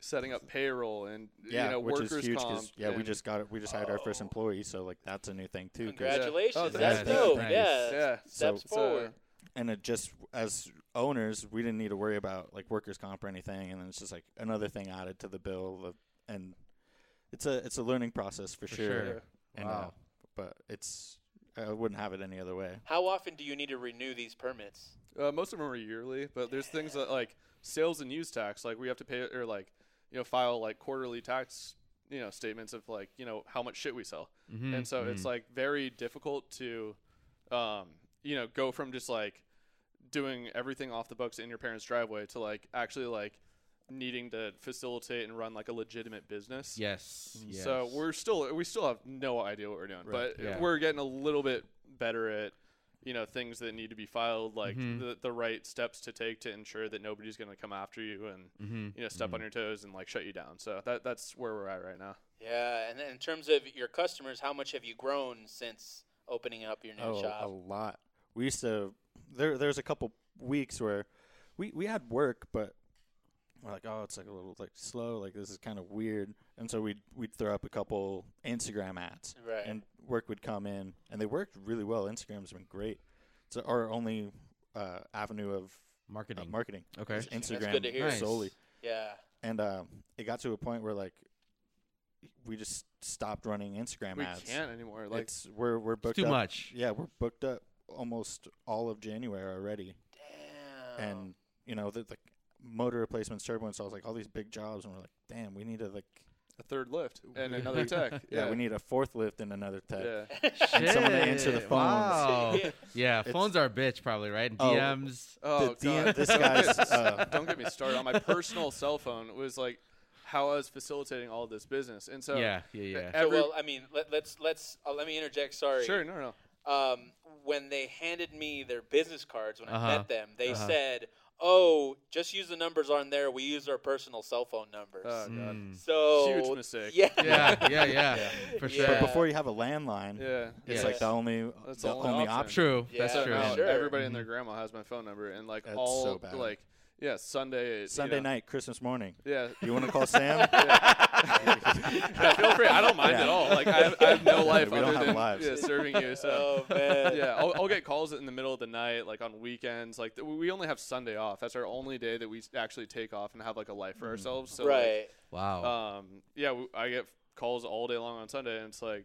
setting up payroll and
yeah,
you know
which
workers
is huge
comp.
yeah, we
and-
just got it. We just hired our first
Oh.
employee, so like that's a new thing too. 'cause-
Congratulations,
Oh,
that's
thanks.
dope.
Nice.
Yeah,
yeah.
steps
So-
forward.
and it just as owners we didn't need to worry about like workers comp or anything and then it's just like another thing added to the bill of, and it's a it's a learning process for,
For
sure,
sure.
and uh,
Wow.
but it's i wouldn't have it any other way
How often do you need to renew these permits?
Uh, most of them are yearly, but there's things that like sales and use tax, like we have to pay or like you know file like quarterly tax you know statements of like you know how much shit we sell,
Mhm,
and so it's
mhm.
like very difficult to um, you know go from just like doing everything off the books in your parents' driveway to like actually like needing to facilitate and run like a legitimate business.
Yes. yes.
So we're still we still have no idea what we're doing,
Right.
but
Yeah.
we're getting a little bit better at you know things that need to be filed, like
Mhm.
the the right steps to take to ensure that nobody's going to come after you and
Mhm.
you know step on your toes and like shut you down. So that that's where we're at right now.
Yeah, and then in terms of your customers, how much have you grown since opening up your new
Oh, a
shop?
lot. We used to there. There's a couple weeks where we we had work, but we're like, oh, it's like a little like slow. Like this is kind of weird. And so we'd we'd throw up a couple Instagram ads,
Right.
and work would come in, and they worked really well. Instagram's been great. It's our only uh, avenue of uh,
marketing.
marketing.
okay.
is
Interesting.
Instagram
That's good to hear.
Nice.
solely.
yeah.
And um, it got to a point where like we just stopped running Instagram
we
ads.
can't anymore. Like
it's we're we're
It's
booked
too
up.
much.
Yeah, we're booked up almost all of January already,
Oh.
Damn.
and you know the, the motor replacements, turbo installs, like all these big jobs, and we're like, damn, we need a like,
a third lift and another tech.
yeah, we need a fourth lift and another tech.
Yeah.
And someone to answer the
Shit,
phones.
Wow.
Yeah.
yeah,
It's-
phones are a bitch probably, right? And
Oh.
DMs.
Oh,
The DM
God.
this
Don't get-
guy's, uh,
don't get me started on my personal cell phone was like how I was facilitating all this business, and so
yeah, yeah, yeah.
So,
every-
well, I mean, let, let's let's uh, let me interject. Sorry.
sure, no, no,
Um, when they handed me their business cards when I
Uh-huh.
met them, they
Uh-huh.
said, "Oh, just use the numbers on there. We use our personal cell phone numbers."
oh god,
Mm.
so
huge mistake.
Yeah.
yeah, yeah, yeah, for
Oh, Yeah.
sure.
But before you have a landline,
yeah.
it's
Yeah.
like the only
That's
the, only, option.
True.
Yeah,
That's
So
true.
now
Sure.
everybody and their grandma has my phone number, and like
Mm-hmm. That's
all
so bad.
like yeah, Sunday, you
Sunday
know,
night, Christmas morning.
Yeah,
You want to call Sam?
Yeah, feel free. I don't mind
Yeah.
at all. Like I have, I have no life
We
other
don't have
than
lives.
Yeah, serving you. So
Oh man.
yeah, I'll, I'll get calls in the middle of the night, like on weekends. Like th- we only have Sunday off. That's our only day that we s- actually take off and have like a life
Mm-hmm.
for ourselves. So like,
right.
Wow.
Oh.
um, yeah, w- I get calls all day long on Sunday, and it's like,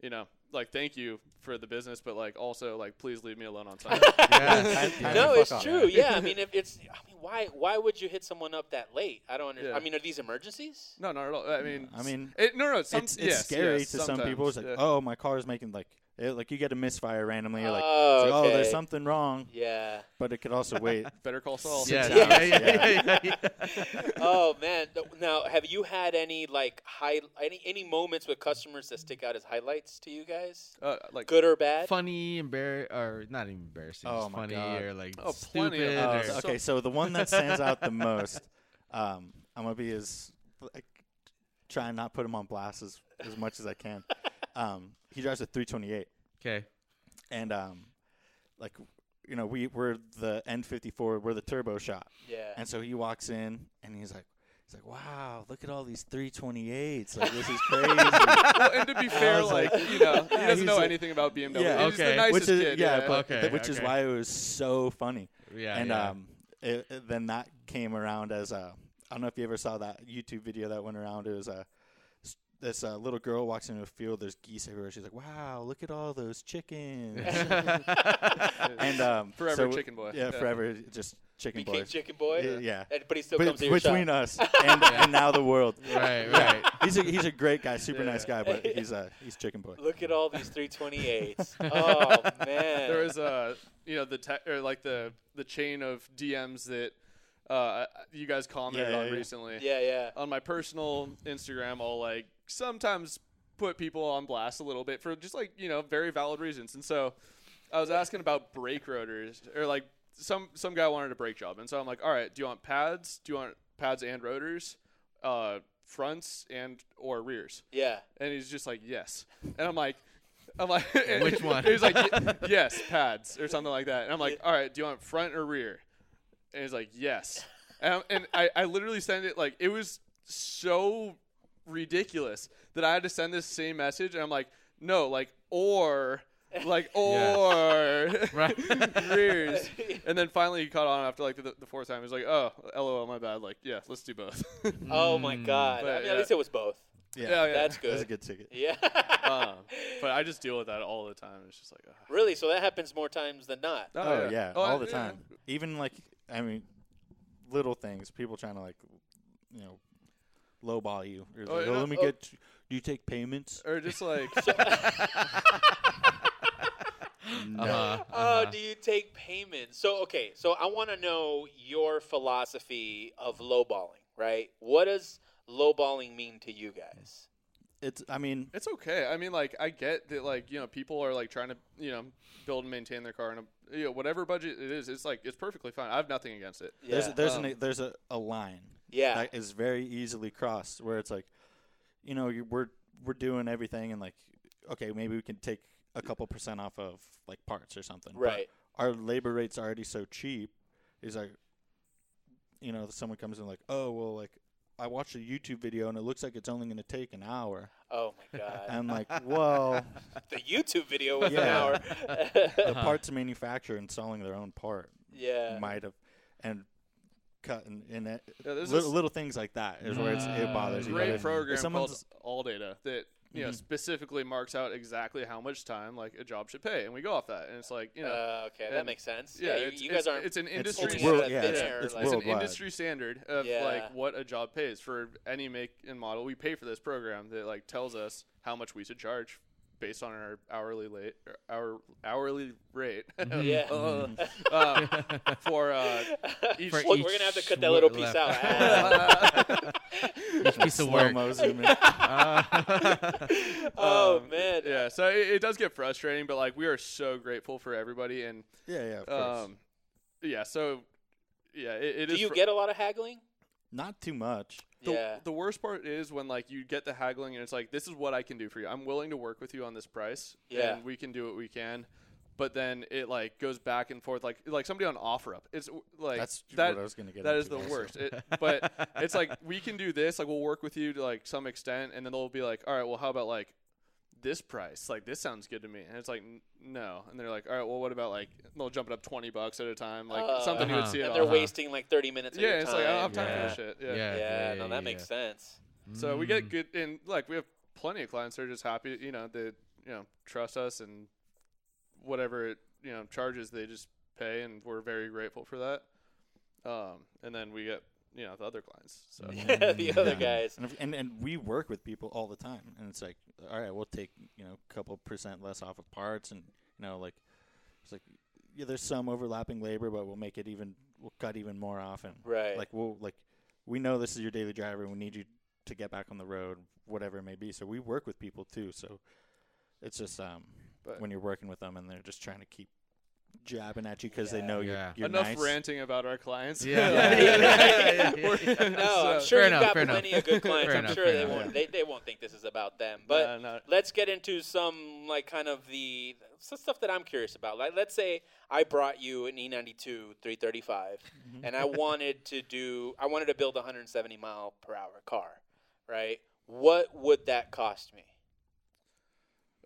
you know, like thank you for the business, but like also like please leave me alone on Sunday.
Yes,
Time-
yes.
time
no,
to
it's
fuck
true.
off.
Yeah, I mean, if it's, I mean, why, why would you hit someone up that late? I don't understand. I
Yeah.
mean, are these emergencies?
no, not at all. I mean,
I mean,
it, no, no, some,
It's it's
yes,
scary
yes,
to some people. It's like,
sometimes, yeah.
oh, my car's making like it, like you get a misfire randomly. You're like,
Oh,
it's like, oh, there's
okay.
something wrong,
Yeah.
but it could also wait.
better call Saul.
Yeah,
Six
yeah,
hours,
yeah, yeah, yeah.
oh man. Now, have you had any like high, any any moments with customers that stick out as highlights to you guys,
Uh, like
good or bad?
funny, embar or not even embarrassing.
Oh
just
my
funny
God.
or like
Oh,
stupid.
plenty of
Uh,
those.
or-
so- okay, so the one that stands out the most, um, I'm gonna be as like, try and not put him on blast as, as much as I can. Um, he drives a 328,
okay.
and um, like you know, we we're the N54, we're the turbo shop,
Yeah.
and so he walks in and he's like. He's like, wow, look at all these 328s. Like, this is crazy.
well, and to be fair,
was
like,
like-
you know, he
Yeah,
doesn't
he's
know
like-
anything about BMW.
Yeah.
He's the
Okay.
nicest
which is,
kid.
yeah, but-
Okay,
th- which is
okay.
why it was so funny.
Yeah.
and
yeah.
um, it, it- then that came around as uh, I don't know if you ever saw that YouTube video that went around. It was uh, s- this uh, little girl walks into a field. There's geese everywhere. She's like, "Wow, look at all those chickens!" and um,
Forever
so-
chicken boy.
Yeah,
Yeah.
forever just chicken
Became
boy.
chicken boy.
Y- yeah.
And, but he still
Be-
comes to your
between
shop.
us and, and now the world.
right, right.
He's a he's a great guy, super nice guy, but
Yeah.
he's uh, he's chicken boy.
Look at all these 328s. oh man.
there was uh, you know, the te- or like the the chain of DMs that uh, you guys commented
Yeah, yeah,
on
yeah.
recently.
yeah, yeah.
On my personal Instagram, I'll like sometimes put people on blast a little bit for just like you know very valid reasons. And so I was asking about brake rotors or like some some guy wanted a brake job, and so I'm like, all right, do you want pads? Do you want pads and rotors? Uh, fronts and or rears?
Yeah.
And he's just like, yes. And I'm like, I'm like, and
Which one?
He's like, "Y- yes, pads or something like that. And I'm like, all right, do you want front or rear? And he's like, yes. And, I'm- and I, I literally sent it like it was so ridiculous that I had to send this same message, and I'm like, no, like or. Like or
Right.
rears, and then finally he caught on after like the, the fourth time. He's like, "Oh, lol, my bad." Like, yeah, let's do both. yeah,
Oh my
Hmm,
god. I
But,
mean,
yeah.
at least it was both.
yeah,
That's good.
That's a good ticket.
Yeah.
um, but I just deal with that all the time. It's just like, ah.
really? So that happens more times than not.
Oh, yeah, all the
yeah.
time. Even like I mean, little things. People trying to like, you know, lowball you. Or
Oh,
like,
yeah,
oh, let me
oh.
get. Do you take payments?
Or just like,
Uh-huh,
Oh, do you take payment? So okay, so I want to know your philosophy of lowballing, right? What does lowballing mean to you guys?
It's. I mean,
It's okay. I mean, like, I get that, like, you know, people are like trying to, you know, build and maintain their car, and you know, whatever budget it is, it's like it's perfectly fine. I have nothing against it.
Yeah.
there's there's
Um,
an, there's a, a line
yeah.
that is very easily crossed where it's like you know you, we're we're doing everything and like okay maybe we can take a couple percent off of like parts or something but
right.
our labor rates are already so cheap is like you know someone comes in like oh well like i watched a youtube video and it looks like it's only going to take an hour
Oh my god.
i'm like well
the YouTube video was
Yeah.
an
the
hour.
parts manufacturer installing their own part
yeah.
might have and cut and, and it,
Yeah, there's
little,
this
little things like that is where it's, it bothers oh, you.
great
If
program called
someone's-
All Data that you know
Mhm.
specifically marks out exactly how much time like a job should pay, and we go off that, and it's like, you know,
Uh, okay, that
and-
makes sense.
yeah,
Yeah, you,
it's,
you
it's-
guys aren't.
It's an
it's
industry.
pulling
world-
it out of
yeah,
thin
it's-
air,
it's
like-
it's an
worldwide.
industry standard of
Yeah.
like what a job pays for any make and model. We pay for this program that like tells us how much we should charge based on our hourly late our hourly rate.
Oh, Yeah.
Uh,
mm.
uh, for uh, each.
For
Look,
each
we're gonna have to cut that
word
little piece
left.
out. Ah.
Uh,
Each piece of work.
Slow-mo zoom in.
Uh,
oh
um,
man.
yeah, so it, it does get frustrating, but like we are so grateful for everybody, and
Yeah, yeah, of course.
um, yeah, so yeah, it, it is.
Do you
fr-
get a lot of haggling?
Not too much.
The,
yeah.
the worst part is when like you get the haggling and it's like this is what I can do for you. I'm willing to work with you on this price.
Yeah.
And we can do what we can. But then it like goes back and forth like like somebody on offer up. It's like
That's
that,
what I was gonna get.
that
into
is the
also.
worst. It, but it's like we can do this. Like we'll work with you to like some extent, and then they'll be like, all right, well, how about like this price? Like this sounds good to me. And it's like "N- no. And they're like, all right, well, what about like they'll jump it up twenty bucks at a time, like
Uh,
something you would
Uh-huh.
see.
and
at
they're
all.
wasting like 30 minutes. of
Yeah,
your
it's like oh, I don't have time
Yeah.
for this shit.
Yeah,
yeah,
no, that makes sense.
sense.
So we
Mm.
get good, and like we have plenty of clients that are just happy, you know, that you know trust us and whatever it you know charges, they just pay, and we're very grateful for that. Um, and then we get you know the other clients. So
Yeah, the other guys.
And, if- and and we work with people all the time, and it's like, all right, we'll take you know a couple percent less off of parts, and you know like it's like yeah, there's some overlapping labor, but we'll make it even, we'll cut even more often.
Right.
Like we'll like we know this is your daily driver, and we need you to get back on the road, whatever it may be. So we work with people too. So it's just um
But-
when you're working with them, and they're just trying to keep jabbing at you because
Yeah.
they know you're,
Yeah.
you're
enough
nice.
ranting about our clients.
Yeah.
Yeah.
We're-
no, I'm
so-
sure
Fair
you've
enough,
got
fair enough.
plenty of good clients.
Fair
I'm
enough,
sure
fair
they
enough.
won't. They, they won't think this is about them. But
No, no.
let's get into some like kind of the some stuff that I'm curious about. Like let's say I brought you an E E92 335
Mm-hmm.
and I wanted to do I wanted to build a 170 mile per hour car, right? What would that cost me?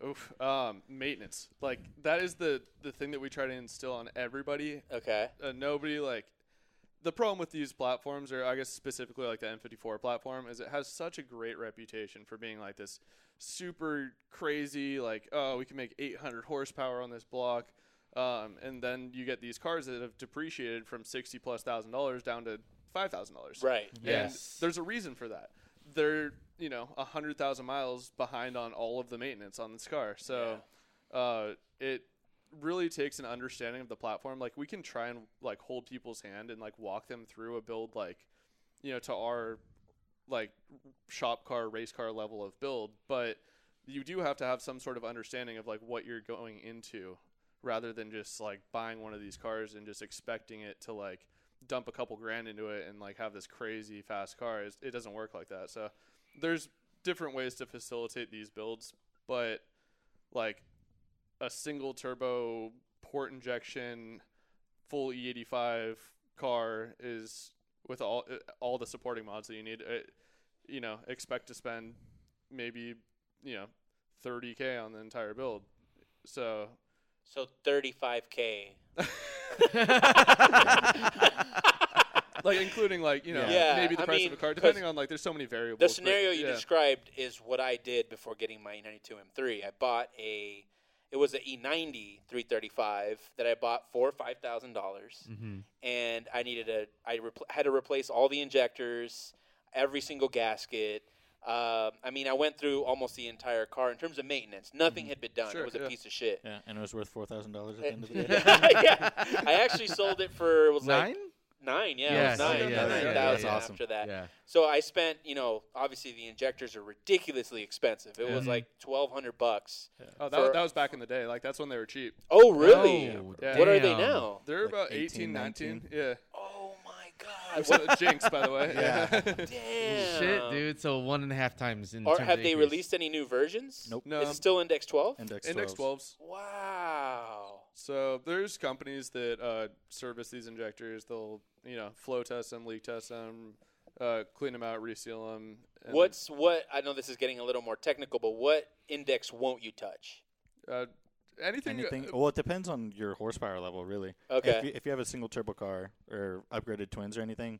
Oof. Um, maintenance, like that is the the thing that we try to instill on everybody
Okay.
uh, nobody like the problem with these platforms or i guess specifically like the m54 platform is it has such a great reputation for being like this super crazy like oh we can make 800 horsepower on this block um, and then you get these cars that have depreciated from 60 plus thousand dollars down to five thousand dollars
Mm-hmm.
Right.
and there's a reason for that they're you know a hundred thousand miles behind on all of the maintenance on this car so uh, it really takes an understanding of the platform like we can try and like hold people's hand and like walk them through a build like you know to our like shop car race car level of build but you do have to have some sort of understanding of like what you're going into rather than just like buying one of these cars and just expecting it to like dump a couple grand into it and like have this crazy fast car it, it doesn't work like that so there's different ways to facilitate these builds but like a single turbo port injection full e85 car is with all uh, all the supporting mods that you need uh, you know expect to spend maybe you know 30k on the entire build so
So 35k.
like including like you know
Yeah.
maybe the
I
price
mean,
of a car
'cause
depending on like there's so many variables
The
but,
scenario you
yeah.
described is what I did before getting my E E92 M3. I bought a, E it was an E90 335 that I bought for five thousand
Mm.
dollars,
Mm-hmm.
and I needed a, I repl- had to replace all the injectors, every single gasket. Uh, I mean, I went through almost the entire car in terms of maintenance. Nothing had been done.
Sure,
it was
yeah.
a piece of shit.
Yeah, and it was worth four thousand dollars at the
Eh,
end of the day.
yeah, I actually sold it for it was
Nine?
like nine. Yeah,
Yes,
it was nine.
yeah,
and
yeah,
then
yeah,
nine
yeah,
thousand
yeah.
after that.
Yeah.
So I spent, you know, obviously the injectors are ridiculously expensive. It was
Yeah.
like twelve hundred bucks.
Oh, that,
For-
that was back in the day. Like that's when they were cheap.
Oh, really?
Oh,
Yeah.
What are they
damn.
now?
They're
Like
about
18,
18, 19. Yeah.
Oh my god!
So, jinx, by the way.
Yeah.
Damn.
Shit, dude. So one and a half times in.
Or
terms of
have they
acres. uh,
released any new versions?
Nope.
No.
Is it still Index 12?
Index,
Index
12.
12s.
Wow.
So there's companies that uh, service these injectors. They'll you know flow test them, leak test them, uh, clean them out, reseal them.
What's what? I know this is getting a little more technical, but what index won't you touch?
uh, anything?
Anything? Well, it depends on your horsepower level, really.
Okay.
If you, if you have a single turbo car or upgraded twins or anything,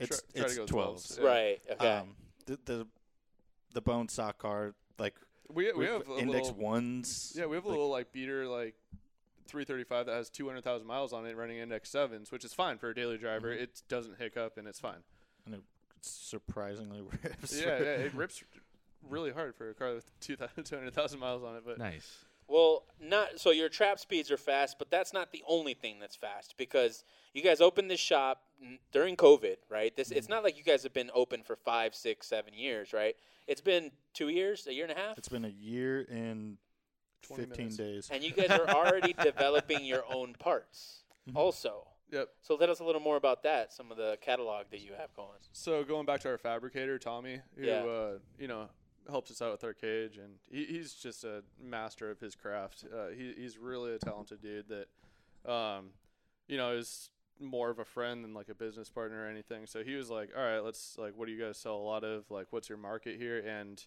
it's
try to
it's
go with
12s.
12s. yeah.
Right. Okay.
Um, the, the the bone stock car like
we we
with
have a
index
little,
ones.
Yeah, we have a
like-
little like beater like 335 that has 200,000 miles on it, running index sevens, which is fine for a daily driver. It doesn't hiccup and it's fine.
and it surprisingly rips.
yeah, yeah, it rips really hard for a car with 2,000 200,000 miles on it, but
Nice.
well, not so your trap speeds are fast, but that's not the only thing that's fast because you guys opened this shop n- during COVID, right? This
Mm-hmm.
it's not like you guys have been open for five, six, seven years, right? It's been two years, a year and a half.
It's been a year and
20
fifteen
minutes.
days.
and you guys are already developing your own parts, also.
Mm-hmm. yep.
So tell us a little more about that. Some of the catalog that you have going.
So going back to our fabricator Tommy, who
Yeah.
uh, you know helps us out with our cage, and he, he's just a master of his craft. Uh, he, he's really a talented dude that, um, you know, is more of a friend than like a business partner or anything. So he was like, "All right, let's like, what do you guys sell a lot of? Like, what's your market here?" and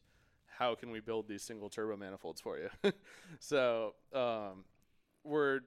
how can we build these single turbo manifolds for you? so um, we're,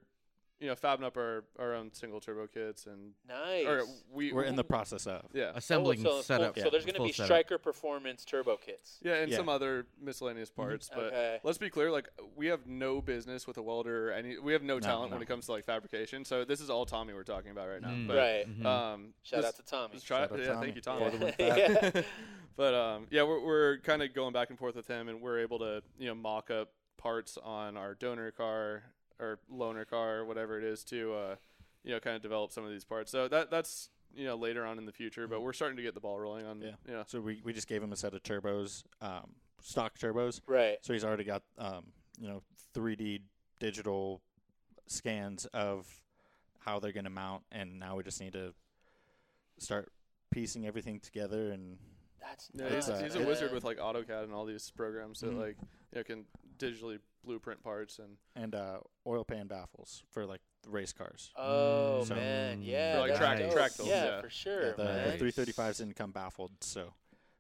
you know, fabbing up our, our own single turbo kits and
Nice.
or we
We're in the process of.
yeah
Assembling
Oh, so,
setup.
so there's going to
Full
be
setup.
striker performance turbo kits.
Yeah, and
Yeah. Mm-hmm.
some other miscellaneous parts. But
Okay.
let's be clear, like we have no business with a welder or any we have no, talent when
no. Mm-hmm.
it comes to like fabrication. So this is all Tommy we're talking about right now.
Mm.
But
right.
um
Shout
this-
out to Tommy.
this try-
Shout out
yeah,
Tommy.
thank you, Tommy.
Yeah. Welder
Yeah.
but um yeah, we're we're kinda going back and forth with him and we're able to, you know, mock up parts on our donor car or loaner car or whatever it is to uh you know, kind of develop some of these parts. So that that's you know, later on in the future, but we're starting to get the ball rolling on
Mm-hmm. Yeah.
you know
So we, we just gave him a set of turbos, um, stock turbos.
Right.
So he's already got um, you know 3D digital scans of how they're going to mount, and now we just need to start piecing everything together. And
That's
Yeah,
It's,
he's,
uh,
he's a
it-
wizard with like AutoCAD and all these programs that
Mhm.
like you know, can digitally blueprint parts and
and uh, oil pan baffles for like the race cars.
Oh
So-
man, yeah.
mm, For, like,
that's
track-
dope.
tractals,
Yeah,
yeah.
for sure.
the,
man.
the 335s didn't come baffled, so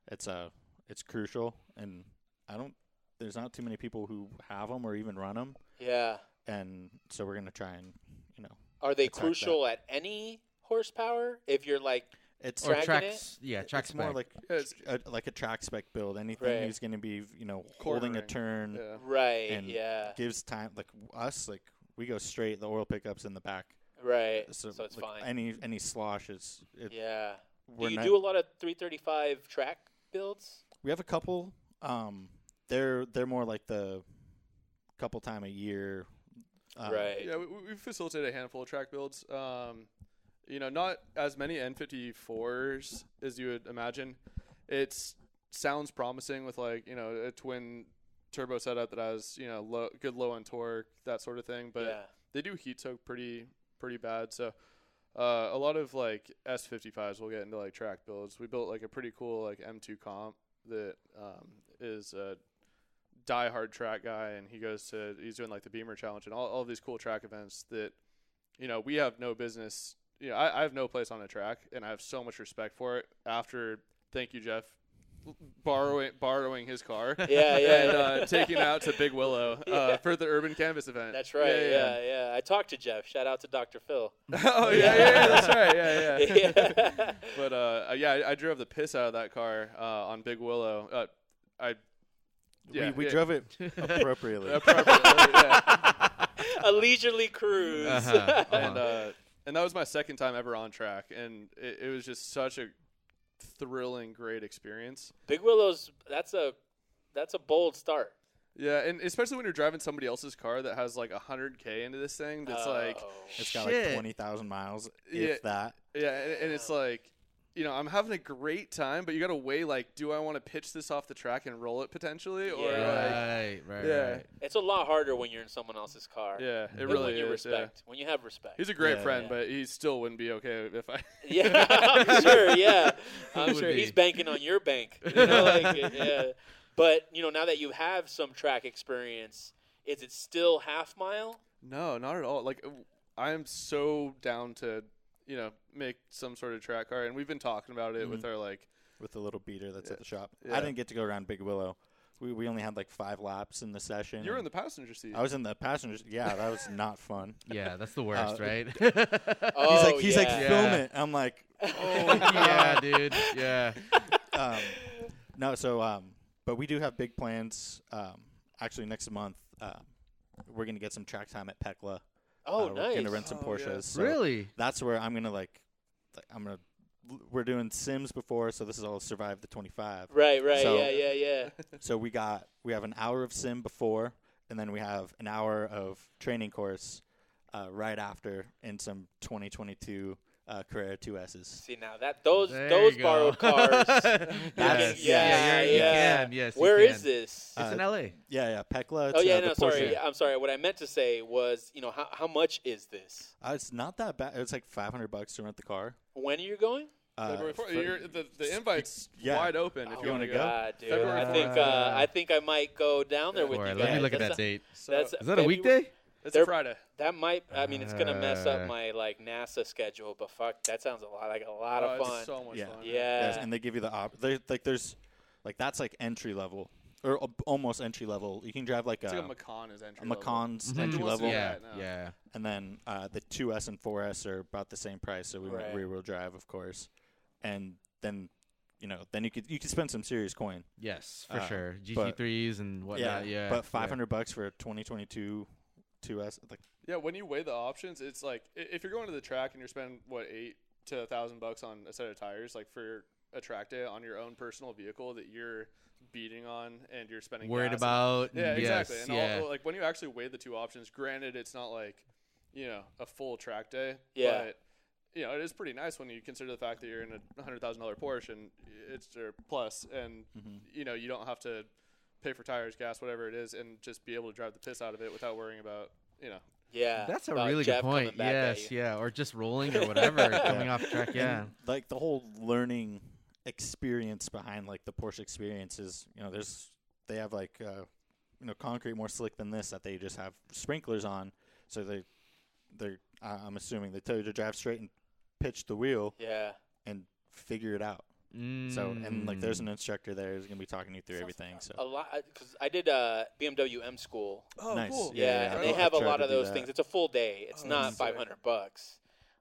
it's uh, it's crucial. And I don't. There's not too many people who have them or even run them,
Yeah.
and so we're going to try and you know
Are they
It's like
crucial at any horsepower? If you're like,
it's
Or
Dragging
tracks. Yeah, tracks
it's more like
Yeah, it's-
a, like a track spec build. Anything
Right.
who's going to be you know holding a
Cornering.
turn
yeah.
right?
and
yeah.
gives time. Like us, like we go straight. The oil pickups in the back,
Right.
so,
So, it's
like,
fine.
Any any slosh is. It,
yeah.
we're
Do you
not-
do a lot of 335 track builds?
we have a couple. Um, they're they're more like the couple time a year. Uh,
right.
Yeah, we, we- we facilitate a handful of track builds. Um, you know, not as many N54s as you would imagine. It sounds promising with like you know a twin turbo setup that has you know low, good low end torque that sort of thing, but.
yeah.
they do heat soak pretty pretty bad. So uh, a lot of like S55s will get into like track builds. We built like a pretty cool like M2 comp that um, is a diehard track guy, and he goes to he's doing like the Beamer Challenge and all all these cool track events that you know we have no business. You know, I, I have no place on a track, and I have so much respect for it. After thank you, Jeff. Borrowing borrowing his car,
Yeah, yeah,
and
yeah.
uh, taking it out to Big Willow uh,
Yeah.
for the Urban Canvas event.
That's right. Yeah yeah, I talked to Jeff. Shout out to Dr. Phil.
oh yeah, yeah, yeah, that's right. Yeah, yeah.
Yeah.
But uh, yeah, I, I drove the piss out of that car uh, on Big Willow. Uh, I yeah,
we, we
yeah.
drove it appropriately.
Appropriately, yeah.
a leisurely cruise.
Uh-huh.
and uh, and that was my second time ever on track, and it, it was just such a thrilling, great experience.
Big Willow's that's a that's a bold start.
Yeah, and especially when you're driving somebody else's car that has like 100k into this thing, that's like,
Oh.
It's got
Shit.
like twenty thousand miles,
Yeah.
if that.
yeah, and, and it's like, you know, I'm having a great time, but you got to weigh like, do I want to pitch this off the track and roll it potentially, or
Yeah.
yeah,
Right, right,
Yeah.
right.
it's a lot harder when you're in someone else's car.
like, yeah, it
But
really
when you
is. Yeah.
respect, when you have respect.
He's a great
Yeah.
friend, but he still wouldn't be okay if I.
Yeah, I'm sure. Yeah, I'm
Would
sure
be.
he's banking on your bank. You know, like, yeah. But you know, now that you have some track experience, is it still half mile?
No, not at all. Like w- I'm so down to, you know, make some sort of track car, and we've been talking about it
Mm-hmm.
with our like,
with the little beater that's at the shop.
Yeah.
I didn't get to go around Big Willow. We we only had like five laps in the session.
you were in
and
the passenger seat.
I was in the passenger. s- Yeah, that was not fun.
Yeah, that's the worst,
Uh,
right?
Oh,
he's like he's like
yeah.
film
Yeah.
it. I'm like
oh yeah, dude. Yeah.
um, no. So um, but we do have big plans. Um, actually next month, uh, we're gonna get some track time at Pecla.
Oh,
uh, We're
nice.
gonna rent some
Oh,
Porsches.
yeah.
so
really?
That's where I'm gonna like, like I'm gonna. We're doing Sims before, so this is all survive the 25.
Right, right,
So-
yeah, yeah, yeah.
So we got we have an hour of sim before, and then we have an hour of training course uh, right after in some 2022 uh, Carrera 2S's.
See now that those
There
those
you go.
borrowed cars.
That's-
yes. Yeah, you're,
yeah.
you can. Yes. you
Where
can.
is this?
It's
Uh,
in LA.
Yeah, yeah, Pecla.
oh
it's,
yeah,
uh, the
no, sorry.
Porsche.
I'm sorry. What I meant to say was, you know, how how much is this?
Uh, it's not that bad. It's like 500 bucks to rent the car.
When are you going?
Uh,
February four-
for-
you're, the the invite's
yeah.
wide open if
Oh,
you want to
wanna
go.
go?
God, dude.
February
I think
fourth.
uh, I think I might go down there with
Or
you guys.
let me look at
That's
that date.
So
That's
Is that a
February-
weekday?
it's
they're-
a Friday.
That might. I mean, it's gonna mess up
Uh.
my like NASA schedule, but fuck, that sounds a lot like a lot
Oh,
of
it's
fun.
so much
Yeah.
fun.
yes,
yeah.
and they give you the op. They like there's like that's like entry level or al- almost entry level. You can drive like
It's
a,
like a Macan is entry.
a
level.
Macan's
Mhm.
entry
Everyone's
level.
yeah.
right now.
Yeah.
and then uh, the 2S and 4S are about the same price, so we
Right.
went rear wheel drive, of course. And then, you know, then you could you could spend some serious coin.
Yes, for
Uh,
sure.
but-
GT3s and whatnot. Yeah.
But 500 bucks for a 2022 2S, like
Yeah, when you weigh the options, it's like i- if you're going to the track and you're spending what eight to a thousand bucks on a set of tires, like for a track day on your own personal vehicle that you're beating on and you're spending
Worried
gas on.
about. Mm,
Yeah,
yes,
exactly. And
yeah.
all, like when you actually weigh the two options, granted it's not like, you know, a full track day.
Yeah.
But you know, it is pretty nice when you consider the fact that you're in a hundred thousand dollar Porsche and it's or plus, and
Mm-hmm.
you know you don't have to pay for tires, gas, whatever it is, and just be able to drive the piss out of it without worrying about you know.
yeah.
That's a
about
really
Jeff
good point.
coming back at
Yes,
you.
yeah, or just rolling or whatever coming off track. Yeah,
and, like the whole learning experience behind like the Porsche experience is, you know, there's they have like uh, you know concrete more slick than this that they just have sprinklers on, so they they I I'm assuming they tell you to drive straight and pitch the wheel
Yeah.
and figure it out. So and like
Mm.
there's an instructor there who's gonna be talking you through everything. So
A lot because I did uh, BMW M school.
Oh,
Nice. cool.
Yeah,
Yeah, yeah,
and
I
they
love
have a
to try
lot
to
of
do
those
that.
things. It's a full day. It's
Oh,
not
that's sick.
500 bucks.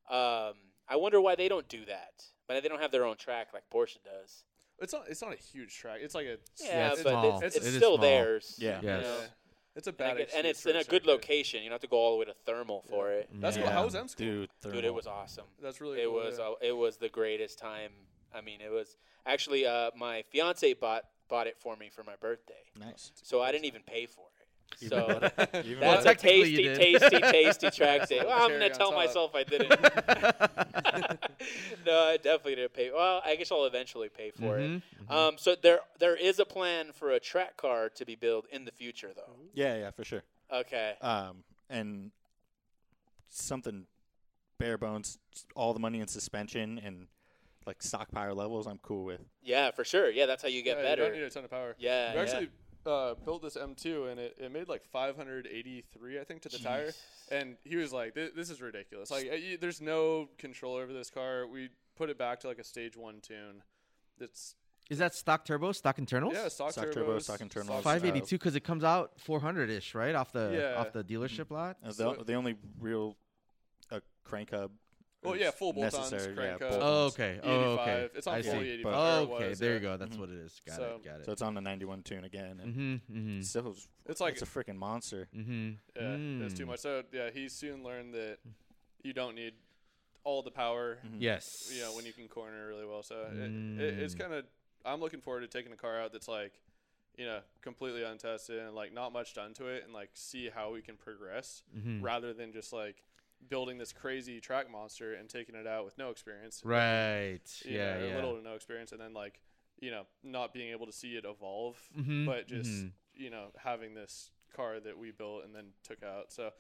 Um, I wonder why they don't do that. But they don't have their own track like Porsche does.
It's not. It's not a huge track. It's like a.
Yeah,
it's
but
small.
it's,
It's-
it's
it is
still
small.
theirs.
Yeah.
you
Yes.
know?
It's a
And, I
bad.
get- and
excuse
it's
for
in a good
circuit.
location. You don't have to go all the way to thermal for it.
That's
Yeah.
cool. How was M school?
Dude,
Dude, it was awesome.
That's really.
it
cool,
was
oh, yeah.
uh, it was the greatest time. I mean, it was actually uh, my fiance bought bought it for me for my birthday,
nice.
so I didn't even pay for it.
Even
So
better. Even
that's
better.
a
technically you
tasty,
did.
tasty, tasty track day. Well, I'm
Cherry
gonna
on
tell
top.
myself I didn't. no, I definitely didn't pay. Well, I guess I'll eventually pay for
Mhm,
it. Um, so there there is a plan for a track car to be built in the future, though.
Yeah, yeah, for sure.
Okay.
um, and something bare bones, all the money in suspension and like stock power levels, I'm cool with.
Yeah, for sure. Yeah, that's how you get
Yeah, You
better.
don't need a ton of power.
yeah.
We
yeah.
actually uh, built this M2 and it, it made like 583, I think, to the tire. And he was like, "Thi- "This is ridiculous. Like, uh, you, there's no control over this car. We put it back to like a stage one tune. It's
is that stock turbo, stock internals?
yeah, stock,
Stock turbo,
turbos,
stock internals.
stock-
582 because it comes out 400 ish, right off the
Yeah. Mm-hmm.
off the dealership lot.
Uh, The,
So-
the only real uh, crank hub.
Well,
is
yeah, full bolt-ons,
necessary,
crank
yeah,
hub.
Oh,
bolt-ons.
okay. Oh, okay.
85. It's on
I
full
see.
85,
Oh,
or it
okay.
was,
There
yeah. Mm-hmm.
you go. That's what it is. Got
So-
it. Got it.
So it's on the 91 tune again. And
mm-hmm. Mm-hmm.
still, it's,
It's like-
it's a freaking monster.
Mm-hmm.
Yeah, it's too much. So yeah, he soon learned that you don't need all the power.
Yes.
You know when you can corner really well. So it, it, it's kind of I'm looking forward to taking a car out that's like, you know, completely untested and like not much done to it, and like see how we can progress
Hmm. Mm-hmm.
rather than just like building this crazy track monster and taking it out with no experience.
Right.
you
Yeah.
know,
yeah.
little to no experience, and then like you know not being able to see it evolve,
Mhm,
but just
mhm.
you know having this car that we built and then took out. So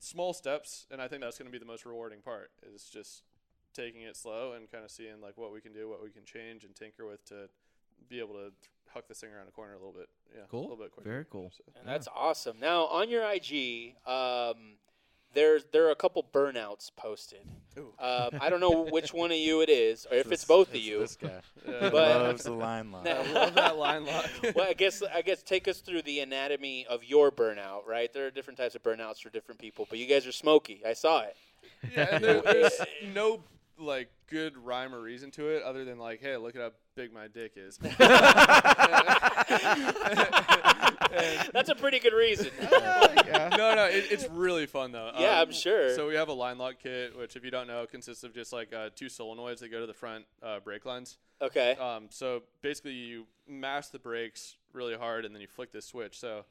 small steps, and I think that's going to be the most rewarding part is just taking it slow and kind of seeing like what we can do, what we can change, and tinker with to be able to huck this thing around a corner a little bit. Yeah,
Cool.
A little bit quicker.
Very cool.
So-
And that's awesome. Now on your IG, um, there's there are a couple burnouts posted.
Ooh.
Um, I don't know which one of you it is, or if it's both of you.
This guy
Yeah,
But-
loves the limelight.
I love that line lock.
well, I guess I guess take us through the anatomy of your burnout, right? There are different types of burnouts for different people, but you guys are smoky. I saw it.
Yeah, and there, there's no like good rhyme or reason to it other than like, hey, look at how big my dick is.
That's a pretty good reason.
Um, no, no, it, it's really fun though. Um,
Yeah, I'm sure.
So we have a line lock kit, which if you don't know, consists of just like uh, two solenoids that go to the front uh, brake lines.
okay.
Um, so basically, you mash the brakes really hard, and then you flick this switch. So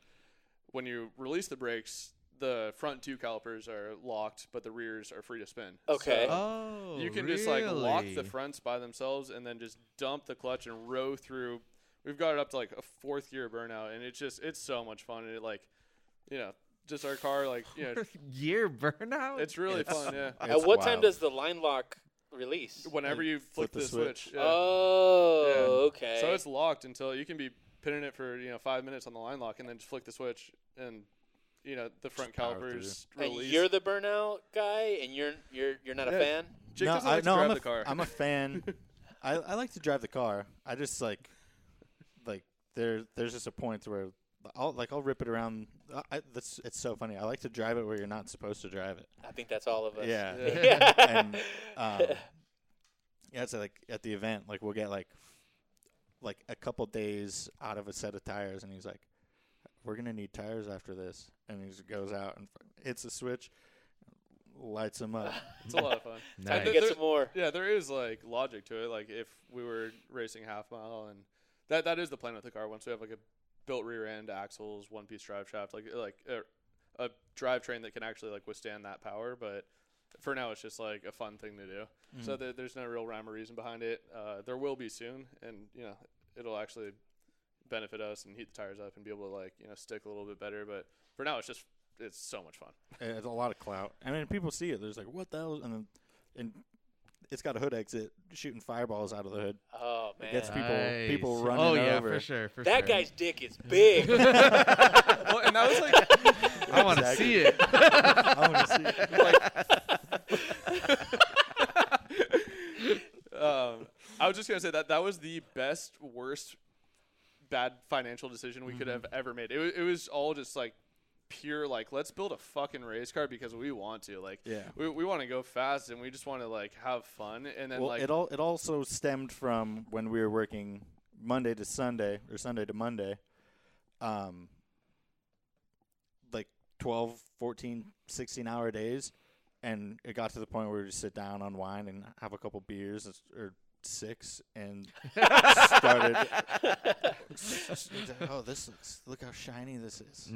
when you release the brakes, the front two calipers are locked, but the rears are free to spin.
Okay.
So
Oh.
you can just like lock the
really?
fronts by themselves, and then just dump the clutch and row through. We've got it up to like a fourth gear burnout, and it's just it's so much fun. And it like, you know, just our car like you know,
Year burnout.
it's really fun. Yeah.
At what time does the line lock release?
Whenever you flick
the
the switch.
switch.
yeah.
Oh,
uh, Yeah.
okay.
So it's locked until you can be pinning it for you know five minutes on the line lock, and then just flick the switch, and you know the front
power
calipers
and
release.
you're the burnout guy, and you're you're you're not a
Yeah.
fan.
Jake
no,
doesn't
I,
like to
no,
grab
I'm, a,
the car.
am a fan. I, I like to drive the car. I just like, like there, there's just a point where I'll like I'll rip it around. I- I, that's it's so funny. I like to drive it where you're not supposed to drive it.
I think that's all of us.
Yeah.
Yeah.
and um, yeah, it's like at the event, like we'll get like like a couple days out of a set of tires, and he's like, "We're gonna need tires after this," and he just goes out and hits the switch, lights them up.
it's a lot of fun.
Time to
Nice.
get
There-
some more.
Yeah, there is like logic to it. Like if we were racing half mile, and that that is the plan with the car. Once we have like a built rear end, axles, one piece drive shaft, like like a, a drivetrain that can actually like withstand that power. But for now, it's just like a fun thing to do. So there, there's no real rhyme or reason behind it. Uh, there will be soon, and you know it'll actually benefit us and heat the tires up and be able to like you know stick a little bit better. But for now, it's just it's so much fun.
It's a lot of clout. I mean, people see it. There's like, what the hell? And then, and it's got a hood exit, shooting fireballs out of the hood.
Oh man,
gets people- people
Nice.
running
Oh yeah,
over.
for sure. For
that
sure.
guy's dick is big. yeah,
well, and that was like
I want to
Exactly.
see it.
I want to see. it.
um, I was just gonna say that that was the best, worst, bad financial decision we could have
Mm-hmm.
ever made. It was, it was all just like pure like let's build a fucking race car because we want to like
Yeah.
we, we want to go fast and we just want to like have fun and then
Well,
like
it all it also stemmed from when we were working Monday to Sunday or Sunday to Monday, um, like 12, 14, 16 hour days, and it got to the point where we would sit down, unwind, and have a couple beers or six, and started. oh, this looks! Look how shiny this is.
so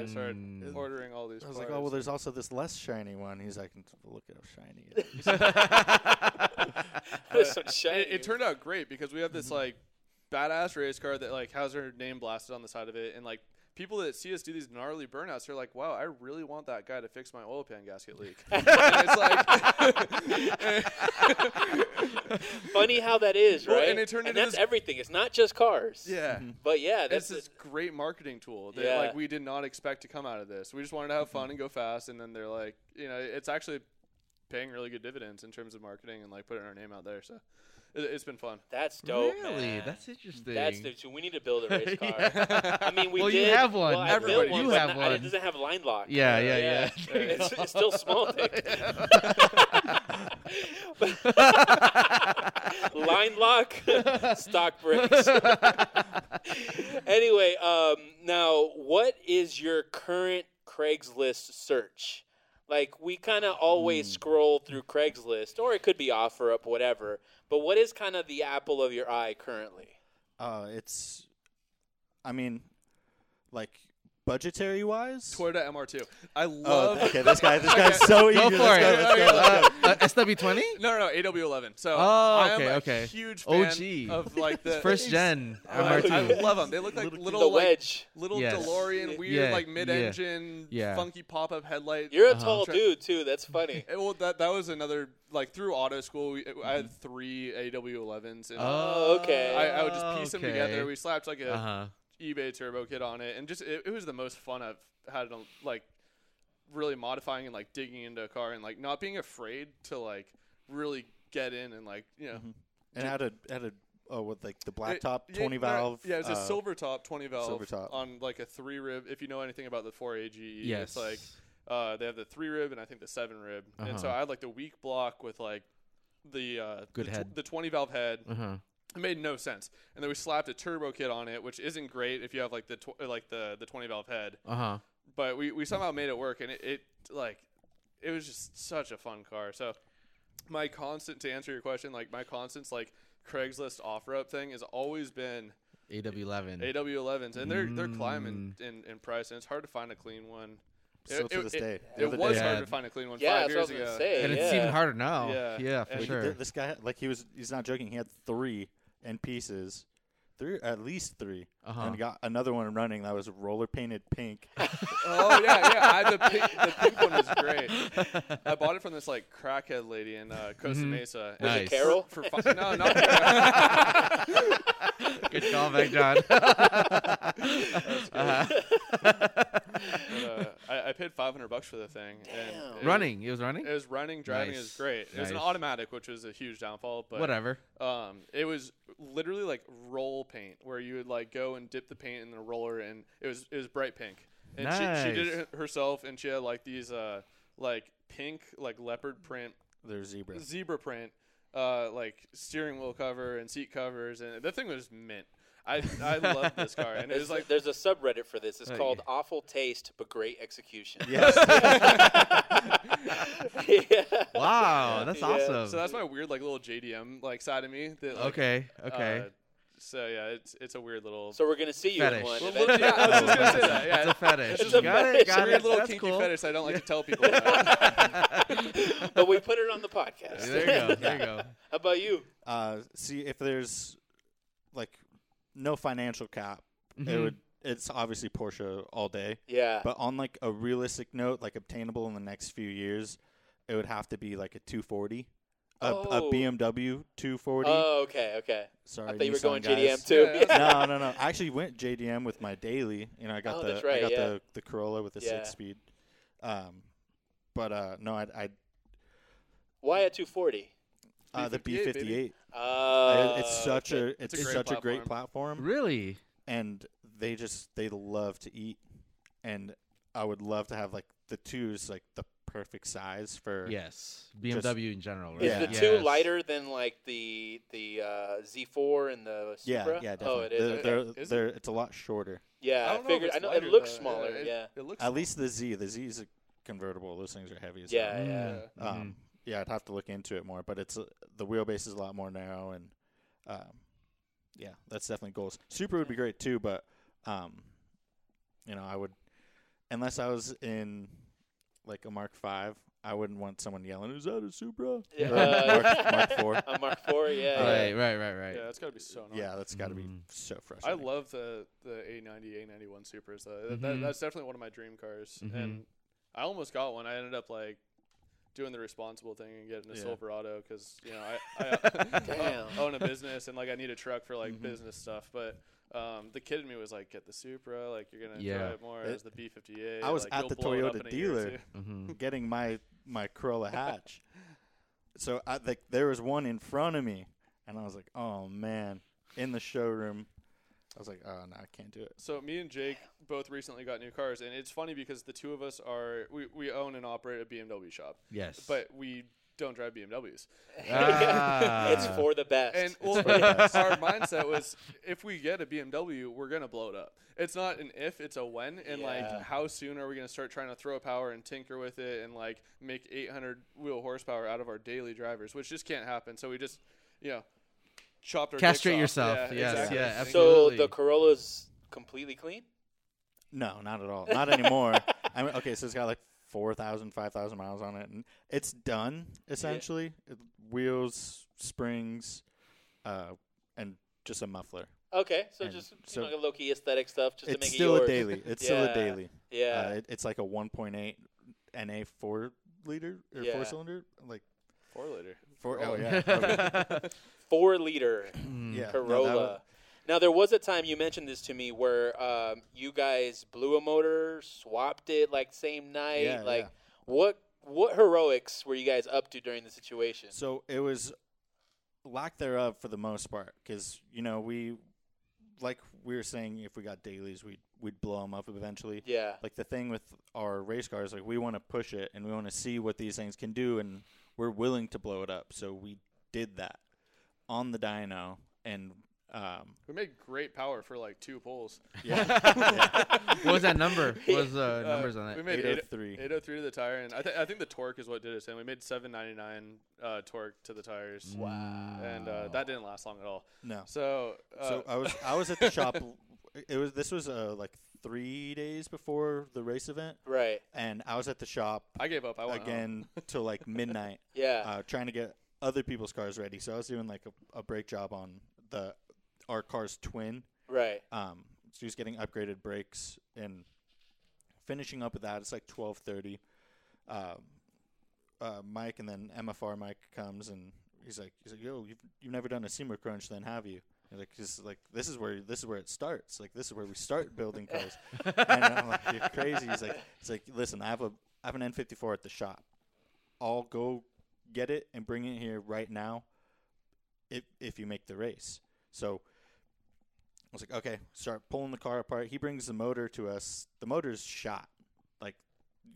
we started
Mm.
ordering all these
I was like, oh well,
cars.
there's also this less shiny one. He's like, look at how shiny it is.
it, it turned out great because we have this like badass race car that like has her name blasted on the side of it and like people that see us do these gnarly burnouts they're like wow i really want that guy to fix my oil pan gasket leak and it's like
funny how that is, right?
Well, and it turned into
that's
this-
everything. It's not just cars.
yeah
But yeah,
it's
that's
this great marketing tool that
Yeah.
like we did not expect to come out of this we just wanted to have fun and go fast and then they're like you know it's actually paying really good dividends in terms of marketing and like putting our name out there so it, it's been fun
that's dope.
really?
man.
That's interesting.
That's the we need to build a race car.
Yeah.
I mean, we
Well, you
did.
have one.
Well, I built
Everybody-
one,
you
but
have
not- It
one.
doesn't have line lock.
Yeah, yeah, yeah.
it's, it's still small dick. line lock, stock breaks. anyway, um, now what is your current Craigslist search? Like we kind of always scroll through Craigslist, or it could be OfferUp, whatever. But what is kind of the apple of your eye currently?
Uh, it's, I mean, like budgetary wise.
Toyota MR2. I
Oh,
love.
okay. This guy, this guy's so eager.
Go
Let's
for it.
Let's go, let's go.
Uh, uh, SW20?
No, no, no, AW11. So
Oh,
I am
okay,
a
okay.
huge fan
OG.
of like the
First gen
I-
MR2.
I love them. They look like little
the
like
wedge.
little
Yes.
DeLorean weird
Yeah,
like
yeah,
mid-engine
yeah.
funky pop-up headlight.
You're a
Uh-huh.
tall
Try-
dude too. That's funny.
Eh, Well, that that was another like through auto school. We, I
Mm-hmm.
had three AW11s. And
Oh, okay.
I, I would just piece them together.
okay.
We slapped like a
Uh huh.
eBay turbo kit on it, and just it, it was the most fun I've had in, a- like really modifying and like digging into a car and like not being afraid to like really get in and like you know
And had a had a oh with like the black
It-
top
yeah,
twenty
no,
valve.
Yeah, it was a
uh,
silver top, twenty valve
silver top.
on like a three rib. If you know anything about the four AGE,
Yes.
it's like uh, they have the three rib and I think the seven rib. And so
Uh-huh.
I had like the weak block with like the uh,
Good
the, tw-
head.
the twenty valve head.
Uh huh.
It made no sense. And then we slapped a turbo kit on it, which isn't great if you have like the tw- like the the twenty valve head.
Uh huh.
But we, we somehow made it work, and it, it like it was just such a fun car. So my constant to answer your question, like my constant's like Craigslist offer up thing has always been
AW11.
AW11s, and they're they're climbing
Mm.
in, in price, and it's hard to find a clean one.
Still to this day. The
It,
other
was
day-
hard
Yeah.
to find a clean one
yeah,
five
that's what I was
years ago.
gonna say.
and
yeah.
it's even harder now.
Yeah.
Yeah, for
And-
Like,
sure.
th- This guy, like he was, he's not joking. He had three end pieces, three at least 3
Uh-huh.
and got another one running that was roller painted pink.
Oh yeah, yeah. I, the, pink, the pink one was great. I bought it from this like crackhead lady in uh, Costa
Mm-hmm.
Mesa.
Was it
And-
Carol?
For, for fi- no, not Carol.
Good callback, John. Uh-huh.
But, uh, I, I paid 500 bucks for the thing.
Damn.
And it-
running. It was running?
It was running, driving
Nice.
is great. It was an
Nice.
automatic, which was a huge downfall. But
Whatever.
Um, it was literally like roll paint, where you would like go and dip the paint in the roller, and it was it was bright pink. And she, she did
Nice.
it her- herself, and she had like these uh like pink like leopard print
They're zebra.
zebra print uh like steering wheel cover and seat covers, and the thing was mint. I I love this car, and it
There's,
was like
there's a subreddit for this. It's
Oh,
called
yeah.
"Awful Taste but Great Execution."
Yes.
yeah.
Wow, that's
Yeah,
awesome.
so that's my weird like little JDM like side of me. That, like,
okay,
uh,
okay.
so yeah, it's it's a weird little.
So we're gonna see you in
Fetish.
one.
Well,
eventually.
yeah, I was just gonna say that. Yeah,
It's a fetish.
It's a
got
fetish.
it. Got
weird
it.
little
That's
kinky
cool.
fetish I don't like to tell people about.
but we put it on the podcast.
There you go. There you go.
How about you?
uh, see if there's like no financial cap. It
Mhm.
would.
Mm-hmm.
It's obviously Porsche all day.
Yeah.
But on like a realistic note, like obtainable in the next few years, it would have to be like a 240, a,
Oh.
a BMW 240.
Oh, okay, okay.
Sorry,
I thought you were
Nissan
going
guys.
JDM too.
Yeah, that's-
no, no, no. I actually went JDM with my daily. You know, I got
Oh,
the
that's right,
I got
yeah.
the, the Corolla with the
Yeah.
six speed. Um, but uh, no, I, I
Why at 240?
uh, the B
B58,
fifty eight.
Uh,
It's such
okay.
a it's,
a great
such a great platform,
Mm-hmm. Really?
and they just they love to eat, and I would love to have like the two is like the perfect size for
Yes. BMW in general, right?
Is
Yeah.
the two
Yes.
lighter than like the the uh, Z4 and the
Yeah,
Supra?
yeah, definitely.
Oh, it is.
They're,
okay.
they're,
Is it?
they're, it's a lot shorter.
yeah, I,
don't know if
figured.
it's
I know it
lighter,
looks
though.
smaller.
It-
yeah,
It looks
At least the Z, the Z is a convertible. Those things are heavy as
yeah,
hell.
yeah.
smaller.
Mhm.
Um, Yeah, I'd have to look into it more, but it's uh, the wheelbase is a lot more narrow, and um, yeah, that's definitely goals. Super would be great too, but um, you know, I would unless I was in like a Mark Five, I wouldn't want someone yelling, "Is that a Supra?"
Yeah.
Or a Mark, Mark Four.
A Mark IV, yeah. yeah.
Right, right, right, right.
Yeah, that's gotta be so nice.
Yeah, that's got to be
Mm.
so
I
frustrating.
love the the A90, A91 Supers. Though. That- that-
Mm-hmm.
Mhm.
that's definitely one of my dream cars,
Mhm.
and I almost got one. I ended up like doing the responsible thing and getting a
Yeah.
Silverado because you know I, I
Damn.
own a business and like I need a truck for like
Mhm.
business stuff, but. Um, the kid in me was like, "Get the Supra, like you're gonna
Yeah.
enjoy it more." It was the B58.
I was
like,
at
you'll
the
blow it up
Toyota
in a year or
dealer.
two.
Mhm.
getting my my Corolla hatch. so I like there was one in front of me, and I was like, "Oh man!" In the showroom, I was like, "Oh no, I can't do it."
So me and Jake both recently got new cars, and it's funny because the two of us are we, we own and operate a BMW shop,
Yes.
but we don't drive BMWs.
Ah.
it's for the best.
And well,
It's for the best.
our mindset was if we get a BMW, we're gonna blow it up. It's not an if, it's a when. And
Yeah.
like, how soon are we gonna start trying to throw power and tinker with it and like make 800 wheel horsepower out of our daily drivers, which just can't happen. So we just, you know, chopped our dicks
Castrate
off.
yourself. Yes,
exactly.
yeah,
Thank you.
so
absolutely.
the Corolla's completely clean.
No, not at all. Not anymore. I mean, okay, so it's got like 4,000, 5,000 miles on it, and it's done essentially. It- Wheels, springs, uh, and just a muffler.
Okay, so
And
just
so-
you know, low key aesthetic stuff, just to
it's
make
still
it yours.
a daily. It's still
Yeah.
a daily.
Yeah,
Uh, it, it's like a 1.8 NA four liter or
Yeah.
four cylinder, like
Four liter.
four oh
Oh.
yeah, okay.
four liter
Hmm.
yeah. no, that
Corolla.
wa-
now there was a time you mentioned this to me where um, you guys blew a motor, swapped it like same night.
Yeah,
like
yeah.
what what heroics were you guys up to during the situation?
So it was lack thereof for the most part, because you know we, like we were saying, if we got dailies, we'd we'd blow them up eventually.
Yeah,
Like the thing with our race cars, like we want to push it and we want to see what these things can do, and we're willing to blow it up. So we did that on the dyno, and um,
We made great power for like two poles.
what was that number? What was the
Uh,
numbers on
We
that?
made
803.
803 to the tire, and I, th- I think the torque is what did us in. We made 799 uh, torque to the tires.
Wow.
And uh, that didn't last long at all.
no,
So, uh,
so I was I was at the shop. It was this was uh, like three days before the race event,
right.
and I was at the shop
I gave up. I went home.
again till like midnight,
Yeah,
uh, trying to get other people's cars ready. So I was doing like a, a brake job on the our car's twin.
right.
Um, so he was getting upgraded brakes and finishing up with that. It's like twelve thirty. Um, uh, Mike and then MFR Mike comes and he's like, he's like, yo, you've you've never done a Seymour crunch, then have you? And like, he's like, this is where this is where it starts. Like, this is where we start building cars. and I'm like, you're crazy. He's like, he's like, listen, I have a I have an N54 at the shop. I'll go get it and bring it here right now. If if you make the race, so I was like, okay, start pulling the car apart. He brings the motor to us. The motor's shot. Like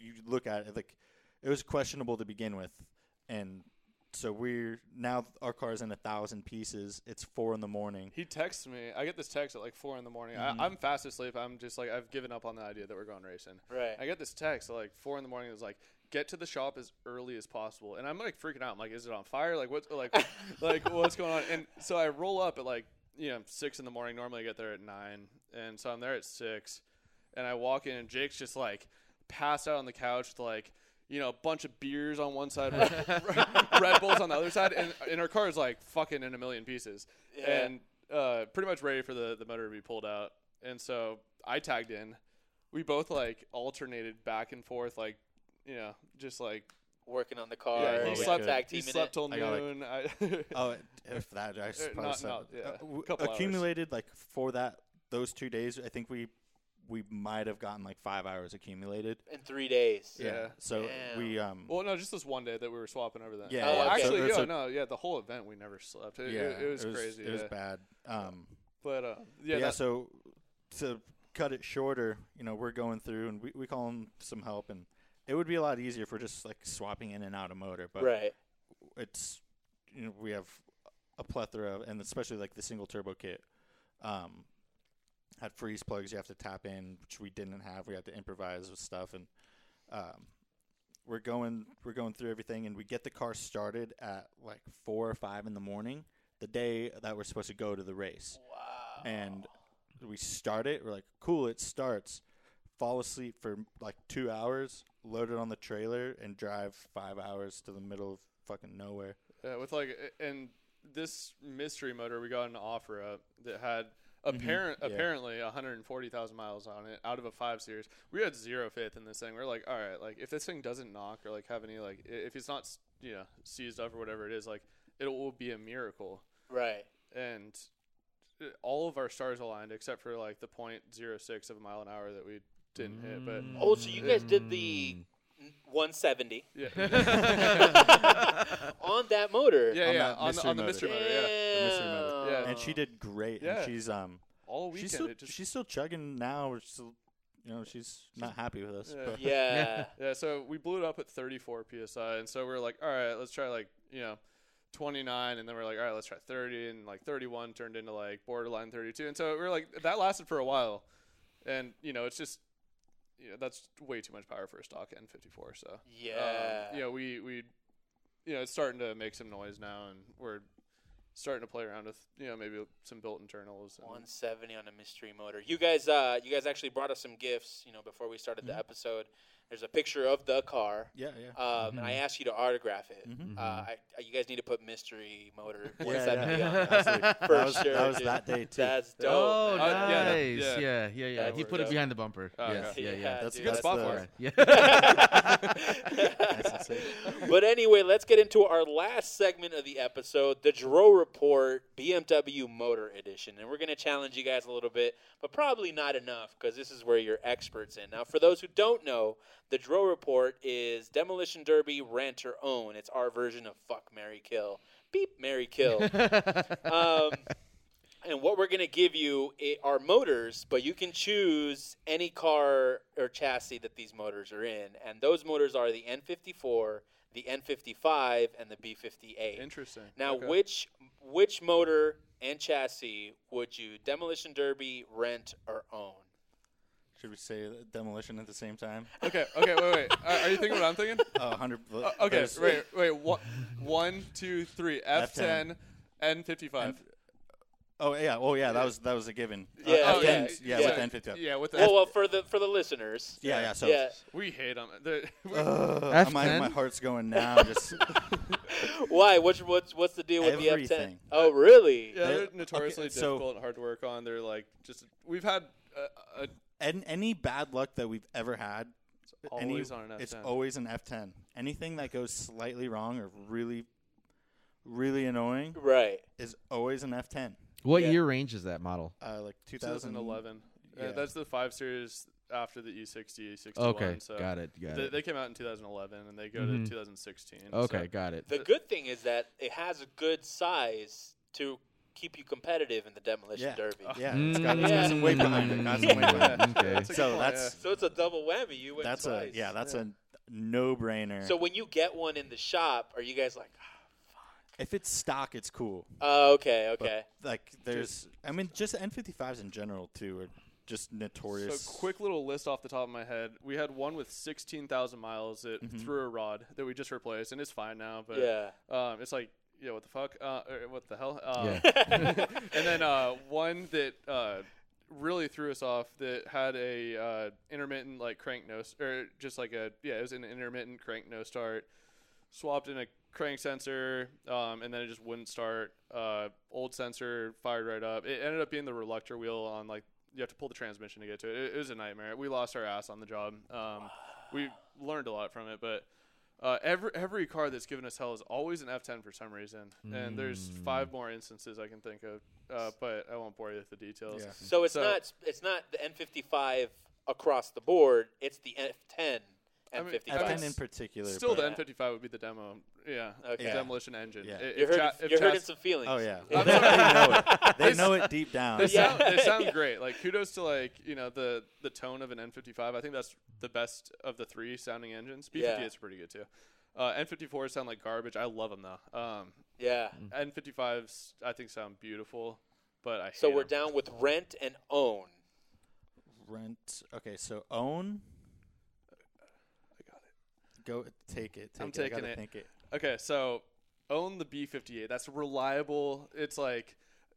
you look at it, like it was questionable to begin with, and so we're now our car's in a thousand pieces. It's four in the morning.
He texts me. I get this text at like four in the morning.
Mhm.
I, I'm fast asleep. I'm just like I've given up on the idea that we're going racing.
Right.
I get this text at like four in the morning. It was like get to the shop as early as possible, and I'm like freaking out. I'm like, is it on fire? Like what's like like what's going on? And so I roll up at like you know six in the morning. Normally I get there at nine, and so I'm there at six, and I walk in, and Jake's just like passed out on the couch with like. You know, a bunch of beers on one side, Red Bulls on the other side, and, and our car is like fucking in a million pieces
Yeah.
and uh, pretty much ready for the, the motor to be pulled out. And so I tagged in. We both like alternated back and forth, like you know, just like
Working on the car.
yeah,
well,
he
you
we
slept,
guys tag
he
teaming
slept
it.
till
I got, like-
noon. I-
Oh, if that I
Uh,
probably
not-
said-
not- yeah,
uh, w-
couple hours.
accumulated like for that those two days. I think we we might have gotten like five hours accumulated.
in three days.
Yeah.
So
Damn.
we um
well, no, just this one day that we were swapping over that.
Yeah,
Well,
yeah, okay.
actually,
So-
yeah,
so-
no, yeah, the whole event we never slept. It,
yeah
it, it was, crazy.
It was
yeah.
bad. Um.
But uh, yeah,
yeah,
that-
so to cut it shorter you know we're going through and we, we call them some help and it would be a lot easier if we're just like swapping in and out of motor but
Right.
it's you know we have a plethora of and especially like the single turbo kit um had freeze plugs you have to tap in which we didn't have we had to improvise with stuff and um we're going we're going through everything and we get the car started at like four or five in the morning the day that we're supposed to go to the race
Wow.
and we start it. We're like, cool, it starts. Fall asleep for like two hours, load it on the trailer, and drive five hours to the middle of fucking nowhere.
Yeah, Uh, with like a- and this mystery motor we got an offer up that had apparent
Mm-hmm. yeah.
apparently 140,000 miles on it out of a 5 series. We had zero faith in this thing. We are like, all right, like if this thing doesn't knock or like have any like i- if it's not s- you know seized up or whatever it is, like it will be a miracle.
right.
And uh, all of our stars aligned except for like the 0.06 of a mile an hour that we didn't hit, but
Mm.
Oh, so you guys did the 170
yeah.
on that motor.
Yeah,
On
yeah,
that
on, the, on the
mystery
mystery
motor.
motor, yeah.
mystery motor.
Yeah.
Uh,
And she did great.
Yeah.
And she's um,
All weekend
she's still
it just
she's still chugging now. She's still you know, she's not happy with us.
Yeah.
But
Yeah.
Yeah, so we blew it up at 34 psi, and so we are like, all right, let's try like you know, 29, and then we are like, all right, let's try 30, and like 31 turned into like borderline 32, and so we are like, that lasted for a while, and you know, it's just, you know, that's way too much power for a stock N54. So
Yeah.
um, you know, we we, you know, it's starting to make some noise now, and we're starting to play around with you know maybe some built internals. And,
170 on a mystery motor. You guys, uh, you guys actually brought us some gifts. You know, before we started
Mm-hmm.
the episode, there's a picture of the car.
yeah, yeah.
Um, and I
Mm-hmm.
asked you to autograph it.
Mhm.
Mm-hmm.
Uh, I, I- you guys need to put mystery motor
Yeah,
170
yeah.
on there.
Absolutely.
For
that was,
sure,
that, was
dude.
that day too.
That's dope.
Oh,
Uh,
nice.
yeah, that-
yeah,
yeah.
yeah, yeah.
That
He
worked
put it
out.
behind the bumper.
Oh,
yes,
okay.
yeah, yeah.
That's
dude,
good
spot
the-
for it.
Yeah.
That's insane.
but anyway, let's get into our last segment of the episode, the Dro Report BMW Motor Edition. And we're going to challenge you guys a little bit, but probably not enough because this is where you're experts in. Now, for those who don't know, the Dro Report is Demolition Derby Rant or Own. It's our version of Fuck, Mary Kill. Beep, Mary Kill. um, and what we're going to give you i- are motors, but you can choose any car or chassis that these motors are in. And those motors are the N54, the N55, and the B58.
Interesting.
Now,
Okay.
which which motor and chassis would you demolition derby, rent, or own?
Should we say demolition at the same time?
Okay, okay, wait, wait. Are, are you thinking what I'm thinking?
Oh, 100.
Uh, okay, wait, wait. One, one, two, three. F10,
F10.
N55.
Oh yeah. Oh yeah. That was that was a given. Uh,
Yeah,
F10, yeah,
yeah,
with
yeah.
N fifty.
Oh, Yeah, with the
Well, well, for the for the listeners.
Yeah, yeah. So
Yeah.
we hate them. They're- we-
Uh, Ugh, my
F10?
my heart's going now. Just
Why? What's what's what's the deal with the F10?
Everything.
Oh, really?
yeah, they're
okay,
notoriously
so-
difficult and hard to work on. They're like just we've had uh, uh,
and any bad luck that we've ever had. any-
always on an
It's
F10.
always an F ten. Anything that goes slightly wrong or really, really annoying
Right.
is always an F ten.
what
Yeah.
year range is that model?
Uh, like 2011.
2011.
yeah.
Uh, that's the five series after the E E60, 61.
Okay,
so
got it, got
They,
it.
they came out in 2011 and they go
Mhm.
to 2016. so-
Okay, got it.
The
Uh,
good thing is that it has a good size to keep you competitive in the demolition
Yeah.
derby.
Yeah, it's got, it's
Yeah.
got some weight behind it. Got some weight behind it.
Mm, okay.
That's a good
So
point,
that's
So it's a double whammy. You win
that's a
twice.
yeah that's a no brainer.
So when you get one in the shop, are you guys like,
if it's stock, it's cool.
oh, okay, okay,
Like there's, I mean, just N55s in general too are just notorious.
So quick little list off the top of my head. We had one with 16,000 miles that threw a rod that we just replaced, and it's fine now. But
yeah,
um, it's like, yeah, what the fuck? Uh, or what the hell? Um,
Yeah.
and then uh, one that uh, really threw us off that had a uh, intermittent like crank no or just like a yeah it was an intermittent crank no start swapped in a crank sensor um, and then it just wouldn't start uh, old sensor fired right up it ended up being the reluctor wheel on like you have to pull the transmission to get to it it, it was a nightmare we lost our ass on the job um, we learned a lot from it but uh, every every car that's given us hell is always an F10 for some reason, and there's five more instances I can think of, uh, but I won't bore you with the details.
Yeah.
So it's
So-
not it's not the N55 across the board. It's the F10
I mean,
N55.
F10
it's
in particular.
Still,
but-
the
Yeah.
N55 would be the demo, yeah,
Okay.
the demolition engine.
Yeah.
I- if
you're hurting,
cha- if
you're hurting
chas-
some feelings.
Oh yeah,
I'm
they,
sorry.
know it. They know it deep down.
They
Yeah.
sound, they sound
Yeah.
great. Like kudos to like you know the the tone of an N55. I think that's the best of the three sounding engines. B58
Yeah.
is pretty good too. Uh, N54 sound like garbage. I love them though. Um,
yeah.
N55s I think sound beautiful, but I
So
hate
we're
'em.
down with rent and own.
Rent. Okay, so own.
I got it.
Go take it. Take
I'm
it.
taking
I gotta
it.
Think it.
Okay, so own the B58. That's reliable. It's like,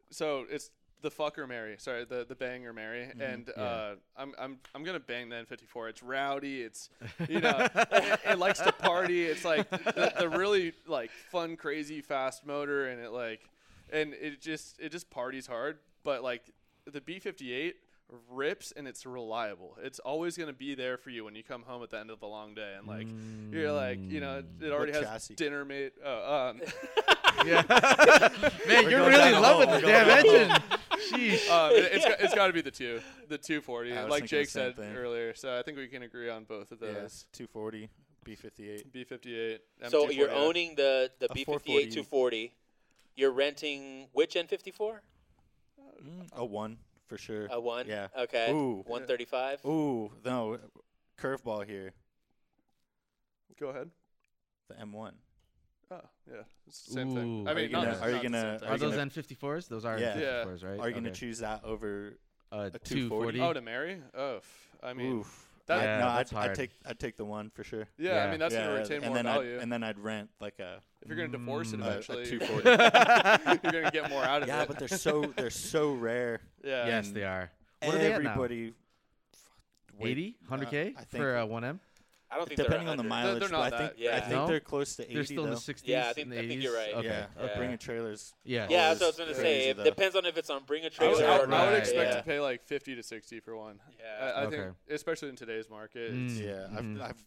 so it's the fucker Mary. Sorry, the the bang or Mary. and uh, I'm I'm I'm gonna bang the N54. It's rowdy. It's you know, it, it likes to party. It's like the, the really like fun, crazy, fast motor, and it like, and it just it just parties hard. But like the B58 rips and it's reliable. It's always going to be there for you when you come home at the end of the long day and like you're like, you know, it already has
chassis?
dinner made oh, um
Yeah. Man, you're
going
really
down
in
the
love
hole.
with
We're
the
going
damn
down the
engine. Sheesh.
um, it, it's got, it's got to be the 2, the 240
I was
like
thinking the
Jake
same
said
thing.
earlier. So I think we can agree on both of
Yeah,
those.
240, B58.
B58
So
M240.
you're owning the the
A
B58
440.
240. You're renting which N54?
Mm, a one for sure.
A one?
Yeah.
Okay.
Ooh.
135.
Ooh, no, curveball here.
Go ahead.
The M1.
Oh, yeah. It's the same thing.
Ooh.
I
Are
mean,
you
not,
gonna-
not
are you
the same
gonna-
thing.
Are
Are
you
those
gonna-
N54s? Those are
Yeah.
N54s, right?
Are you gonna
Okay.
choose that over?
uh,
a 240?
240?
Oh, to marry? Oh, I mean,
Oof.
that-
I-
Yeah,
no,
that's
I'd, I'd
hard.
take I'd take the one for sure.
yeah, I
Yeah.
mean that's
yeah,
gonna retain
and
more
then
value.
I'd, and then I'd rent like a
if you're gonna divorce it
Mm. Uh, a
eventually,
240.
you're gonna get more out of
yeah,
it.
but they're so they're so rare.
yeah,
yes, they are. What are they at now?
Everybody, Um, wait,
80?
uh,
100K
I think
for a 1M?
I don't think
depending
they're
on the
100.
mileage,
they're
but I
not
think
that-
I
Yeah.
think
No?
they're close to 80
They're still
though.
in the 60s?
Yeah, I think-
and the
I
80s?
think you're right.
Okay.
Yeah,
Yeah.
bring a trailer's
Yeah.
Yeah, that's
Those
what I was gonna say.
crazy,
It
though.
depends on if it's on Bring a
I would,
Trailer
I
or
would- I would
not.
expect
yeah.
to pay like fifty to sixty for one.
Yeah.
I, I think,
Okay.
especially in today's market, it's,
Mm.
Yeah,
Mhm.
I've, I've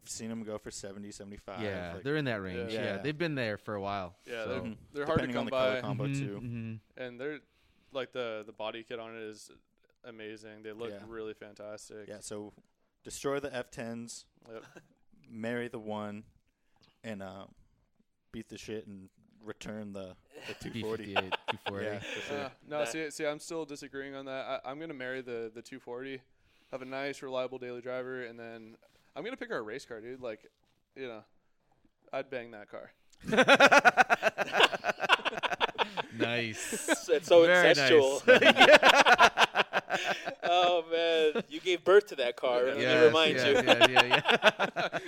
I've seen them go for 70, 75.
Yeah,
like,
they're in that range.
Yeah.
Yeah.
Yeah.
they've been there for a while.
yeah,
so.
they're,
Mhm.
they're hard to
Depending
come
on the color
by,
combo
Mhm,
too.
mhm.
and they're like the the body kit on it is amazing. They look
Yeah.
really fantastic.
yeah. So destroy the F10s,
Yep.
marry the one, and uh, beat the shit and return the, the 240.
B58, 240.
Yeah, for sure.
Uh, no,
That-
see, see, I'm still disagreeing on that. I, I'm gonna marry the the 240, have a nice, reliable daily driver, and then I'm gonna pick our race car, dude. Like, you know, I'd bang that car.
Nice.
It's, it's so
Very
incestual. oh man, you gave birth to that car. Let me
Yes,
remind
yeah,
you.
Yeah, yeah, yeah.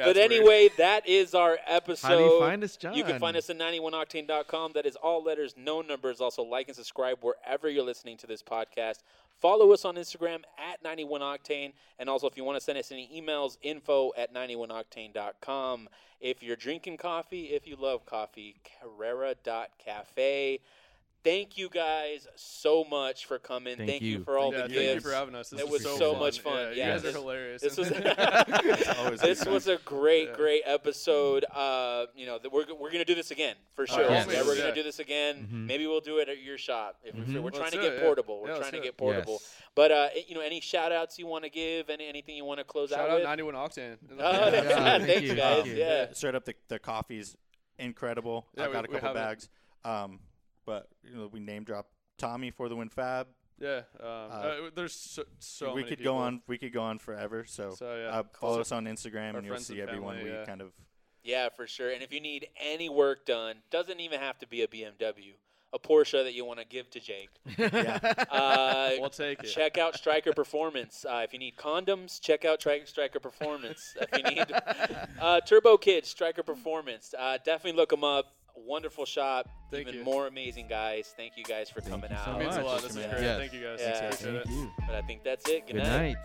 Yeah,
but
it's weird.
anyway, that is our episode.
How do you find us, John?
You can find us at 91octane.com. That is all letters, no numbers. Also, like and subscribe wherever you're listening to this podcast. Follow us on Instagram at 91octane. And also, if you want to send us any emails, info at 91octane.com. If you're drinking coffee, if you love coffee, Carrera.cafe. Thank you guys so much for coming.
Thank
you.
you.
for all
yeah,
the
thank you
gifts.
for having us. This
It
is
was
so
fun.
much fun.
Yeah,
Yeah,
you guys
this-
are hilarious.
this was
always
this
good.
was a great,
Yeah.
great episode. Uh, you know, that we're g- we're gonna do this again for sure.
yes.
Yeah, we're gonna
Oh, Yeah.
do this again.
Mhm.
Maybe we'll do it at your shop if we feel.
Mhm.
We're trying
Let's
to
do
get
it, yeah.
portable. We're
Yeah,
trying to
let's do
get
it.
portable.
Yes.
But uh, you know, any shout outs you want to give? Any anything you want to close
Shout
out
out
with?
91 Octane.
Oh,
Yeah, thank
thanks,
you,
guys.
thank you.
Yeah.
Um, Straight up, the, the coffee's incredible.
Yeah,
I've
we-
got a
we
couple
have it.
bags. Um, but you know, we name drop Tommy for the Win Fab.
Yeah, um, uh, there's so, so
we
many
could
people.
go on. We could go on forever. So,
So, yeah,
uh, follow
cool.
us on Instagram,
Our
and you'll
friends and
see every one
family,
we
yeah.
kind of
Yeah, for sure. And if you need any work done, doesn't even have to be a BMW, a Porsche that you want to give to Jake.
Yeah.
Uh,
We'll take it.
check out Striker Performance. Uh, if you need condoms, check out Tri- Striker Performance. If you need uh, Turbo Kids, Striker Performance. Uh, definitely look them up. Wonderful shop.
Thank
Even
you.
more amazing, guys. Thank you guys for coming
you so
out.
It means a
much.
lot. This is
Yeah.
great.
Yes.
Thank you guys.
Yeah.
Appreciate
Thank
it.
you.
But I think that's it. Good,
Good night.